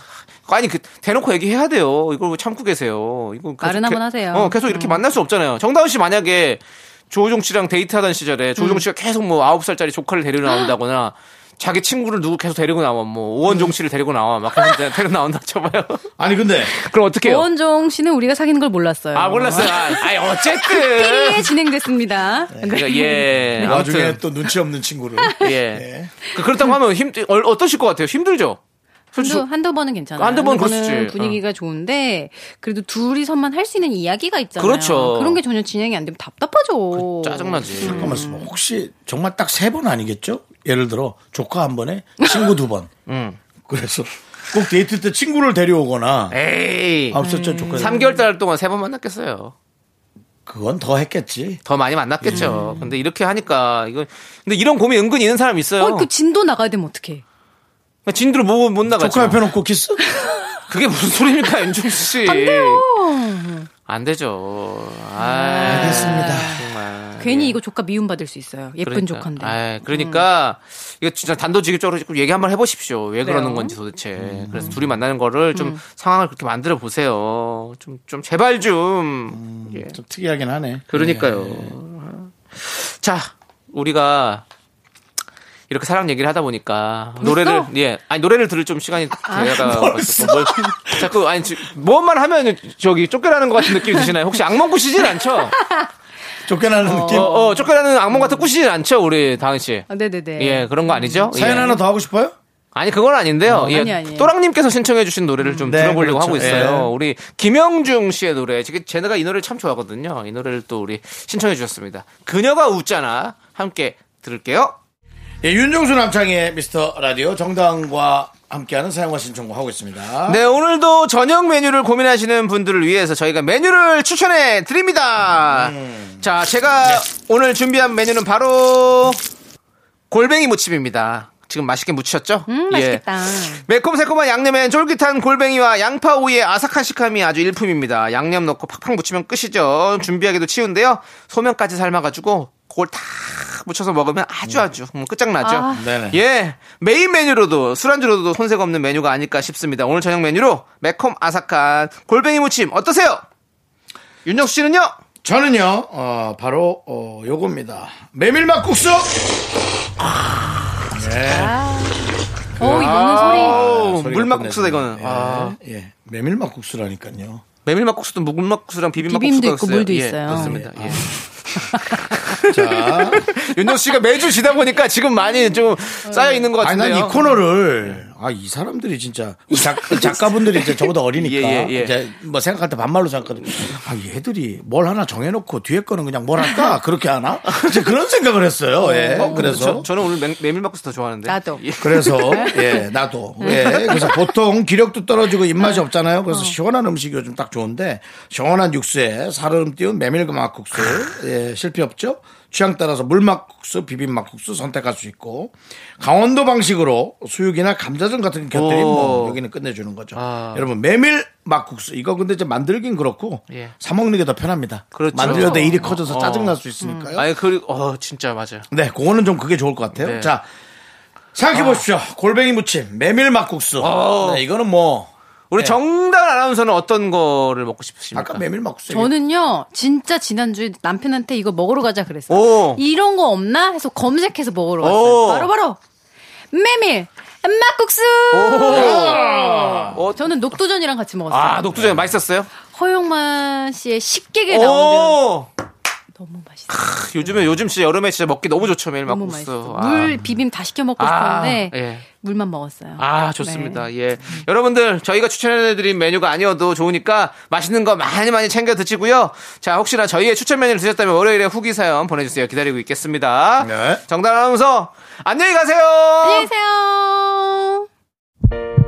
B: 아니 그 대놓고 얘기해야 돼요. 이걸 왜 참고 계세요? 이거 계속
F: 말은
B: 게-
F: 한번 하세요. 음.
B: 어 계속 이렇게 만날 수 없잖아요. 정다은 씨 만약에 조우종 씨랑 데이트하던 시절에
F: 음.
B: 조우종 씨가 계속 뭐 아홉 살짜리 조카를 데리고 나온다거나. 자기 친구를 누구 계속 데리고 나와 뭐
F: 음.
B: 오원종 씨를 데리고 나와 막 계속 데리고 나온다 쳐봐요.
A: 아니 근데
B: 그럼 어떻게 해요?
F: 원종 씨는 우리가 사귀는 걸 몰랐어요.
B: 아 몰랐어요. 아, 아니
F: 삐리에
B: 어쨌든
F: 진행됐습니다. 네.
B: 그러니까 예
A: 나중에 네.
B: 아무튼
A: 또 눈치 없는 친구를
B: 예 그- 그렇다고 하면 힘 어, 어떠실 것 같아요? 힘들죠.
F: 한두,
B: 솔직히
F: 한두 번은 괜찮아요.
B: 그렇죠. 한두 번
F: 한두 번은
B: 그러시지. 어.
F: 분위기가 좋은데 그래도 둘이서만 할 수 있는 이야기가 있잖아요.
B: 그렇죠. 그
F: 런게 전혀 진행이 안 되면 답답하죠.
B: 짜증나지.
A: 잠깐만 혹시 정말 딱 세 번 아니겠죠? 예를 들어 조카 한 번에 친구 두 번. 그래서 꼭 데이트 때 친구를 데려오거나
B: 에이.
A: 아, 없었죠 조카.
B: 3개월 달 동안 세 번 만났겠어요.
A: 그건 더 했겠지.
B: 더 많이 만났겠죠. 근데 이렇게 하니까 이거 근데 이런 고민 은근히 있는 사람 있어요.
F: 어, 그 진도 나가야 되면 어떡해.
B: 진도를 못, 못
A: 조카
B: 나가죠.
A: 옆에 놓고 키스?
B: 그게 무슨 소리입니까, 윤종 씨? 안 돼요. 안 되죠. 아,
A: 알겠습니다.
B: 정말.
F: 괜히
B: 예.
F: 이거 조카 미움받을 수 있어요. 예쁜
B: 그러니까.
F: 조카인데.
B: 아, 그러니까 이거 진짜 단도직입적으로 지금 얘기 한번 해보십시오. 왜 그러는
F: 그래요?
B: 건지 도대체. 그래서 둘이 만나는 거를 좀 상황을 그렇게 만들어 보세요. 좀, 좀 제발 좀. 예.
A: 좀 특이하긴 하네.
B: 그러니까요.
A: 예.
B: 자, 우리가 이렇게 사랑 얘기를 하다 보니까 노래를 예 아니 노래를 들을 좀 시간이
F: 아,
B: 되다가 뭐, 뭘 자꾸 그, 아니 지- 무엇만 하면 저기 쫓겨나는 것 같은 느낌이 드시나요? 혹시 악몽 꾸시진 않죠?
A: 쫓겨나는 느낌.
B: 어, 어 쫓겨나는 악몽 같은 꾸시진 않죠, 우리 다은 씨.
F: 아, 네네네.
B: 예 그런 거 아니죠?
A: 사연
B: 예.
A: 하나 더 하고 싶어요?
B: 아니 그건 아닌데요. 예,
F: 어, 아니, 아니.
B: 또랑님께서 신청해주신 노래를 좀
A: 네,
B: 들어보려고
A: 그렇죠.
B: 하고 있어요.
A: 예.
B: 우리 김영중 씨의 노래. 지금 제가 이 노래를 참 좋아하거든요. 이 노래를 또 우리 신청해주셨습니다. 그녀가 웃잖아. 함께 들을게요.
A: 예, 윤종수 남창의 미스터 라디오 정다은과 함께하는 사용과 신청곡 하고 있습니다.
B: 네 오늘도 저녁 메뉴를 고민하시는 분들을 위해서 저희가 메뉴를 추천해 드립니다.
A: 음.
B: 자 제가
A: 네.
B: 오늘 준비한 메뉴는 바로 골뱅이 무침입니다. 지금 맛있게 무치셨죠?
F: 음, 맛있겠다.
B: 매콤새콤한 양념엔 쫄깃한 골뱅이와 양파 오이의 아삭한 식감이 아주 일품입니다. 양념 넣고 팍팍 무치면 끝이죠. 준비하기도 치운데요. 소면까지 삶아가지고 그걸 다 무쳐서 먹으면 아주 아주 음, 끝장나죠.
F: 아.
A: 네네.
B: 예, 메인 메뉴로도 술안주로도 손색 없는 메뉴가 아닐까 싶습니다. 오늘 저녁 메뉴로 매콤 아삭한 골뱅이 무침 어떠세요? 윤정수 씨는요?
A: 저는요, 어, 바로, 어, 요겁니다. 메밀맛 국수!
B: 그
F: 어, 이거는 소리.
B: 어우,
A: 소리가
B: 물막국수다
A: 끝내주네요.
B: 이거는.
A: 예,
B: 아.
A: 예. 메밀맛 국수라니까요.
B: 메밀막국수도 물막국수랑 비빔막국수가
F: 비빔도 있고 물도
B: 예,
F: 있어요.
B: 그렇습니다. 예.
A: 자,
B: 윤정수 씨가 매주 지다 보니까 지금 많이 좀 쌓여 있는 것
A: 아니,
B: 같은데요. 네.
A: 난 이 코너를, 아, 이 사람들이 진짜, 우리 작, 작가분들이 이제 저보다 어리니까,
B: 예, 예, 예.
A: 이제 뭐 생각할 때 반말로 생각하거든요. 아, 얘들이 뭘 하나 정해놓고 뒤에 거는 그냥 뭘 할까? 그렇게 하나? 이제 그런 생각을 했어요. 예. 그래서.
B: 저, 는 오늘 메, 메밀막국수 더 좋아하는데.
F: 나도.
B: 예.
A: 그래서 예 나도 예 그래서 보통 기력도 떨어지고 입맛이 없잖아요. 그래서 시원한 음식이 요즘 딱 좋은데 시원한 육수에 살얼음 띄운 메밀막국수 예 실패 없죠. 취향 따라서 물막국수, 비빔막국수 선택할 수 있고 강원도 방식으로 수육이나 감자전 같은 게 곁들인
B: 오. 아.
A: 뭐 여기는 끝내주는 거죠. 여러분 메밀막국수 이거 근데 이제 만들긴 그렇고
B: 예.
A: 사 먹는 게 더 편합니다.
B: 그렇죠.
A: 만들려다 일이 커져서
B: 어.
A: 짜증 날 수 있으니까요.
B: 아니 그리고 어 진짜 맞아요.
A: 네, 그거는 좀 그게 좋을 것 같아요.
B: 네. 아.
A: 자, 생각해 보십시오. 골뱅이 무침, 메밀 막국수.
B: 어.
A: 네, 이거는 뭐
B: 우리 정당 아나운서는 어떤 거를 먹고 싶으십니까?
A: 아까 메밀 막국수.
F: 저는요, 진짜 지난주에 남편한테 이거 먹으러 가자 그랬어요.
B: 오.
F: 이런 거 없나? 해서 검색해서 먹으러
B: 오.
F: 갔어요. 바로바로, 메밀, 음, 막국수!
B: 어,
F: 저는 녹두전이랑 같이 먹었어요.
B: 아 녹두전 맛있었어요?
F: 허용만 씨의 식객에 나오는
B: 오.
F: 너무
B: 아,
F: 맛있어요.
B: 요즘에 요즘 진짜 여름에 진짜 먹기 너무 좋죠 매일
F: 너무
B: 막국수.
F: 맛있어.
B: 아.
F: 물 비빔 다 시켜 먹고
B: 아,
F: 싶었는데
B: 예.
F: 물만 먹었어요.
B: 아 좋습니다.
F: 네.
B: 예, 여러분들 저희가 추천해드린 메뉴가 아니어도 좋으니까 맛있는 거 많이 많이 챙겨 드시고요. 자 혹시나 저희의 추천 메뉴를 드셨다면 월요일에 후기 사연 보내주세요. 기다리고 있겠습니다.
A: 네.
B: 정답 아나운서 안녕히 가세요.
F: 안녕히 계세요.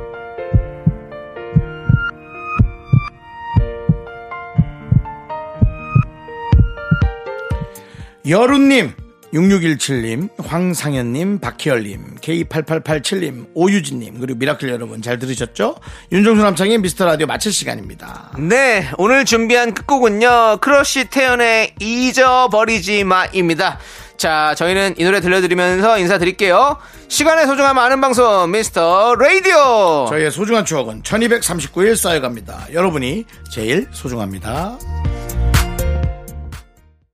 A: 여루님, 6617님, 황상현님, 박희열님, K8887님, 오유진님, 그리고 미라클 여러분 잘 들으셨죠? 윤종수 남창의 미스터 라디오 마칠 시간입니다.
B: 네, 오늘 준비한 끝곡은요, 크러쉬 태연의 잊어버리지 마입니다. 자, 저희는 이 노래 들려드리면서 인사드릴게요. 시간의 소중함 아는 방송, 미스터 라디오!
A: 저희의 소중한 추억은 1239일 쌓여갑니다. 여러분이 제일 소중합니다.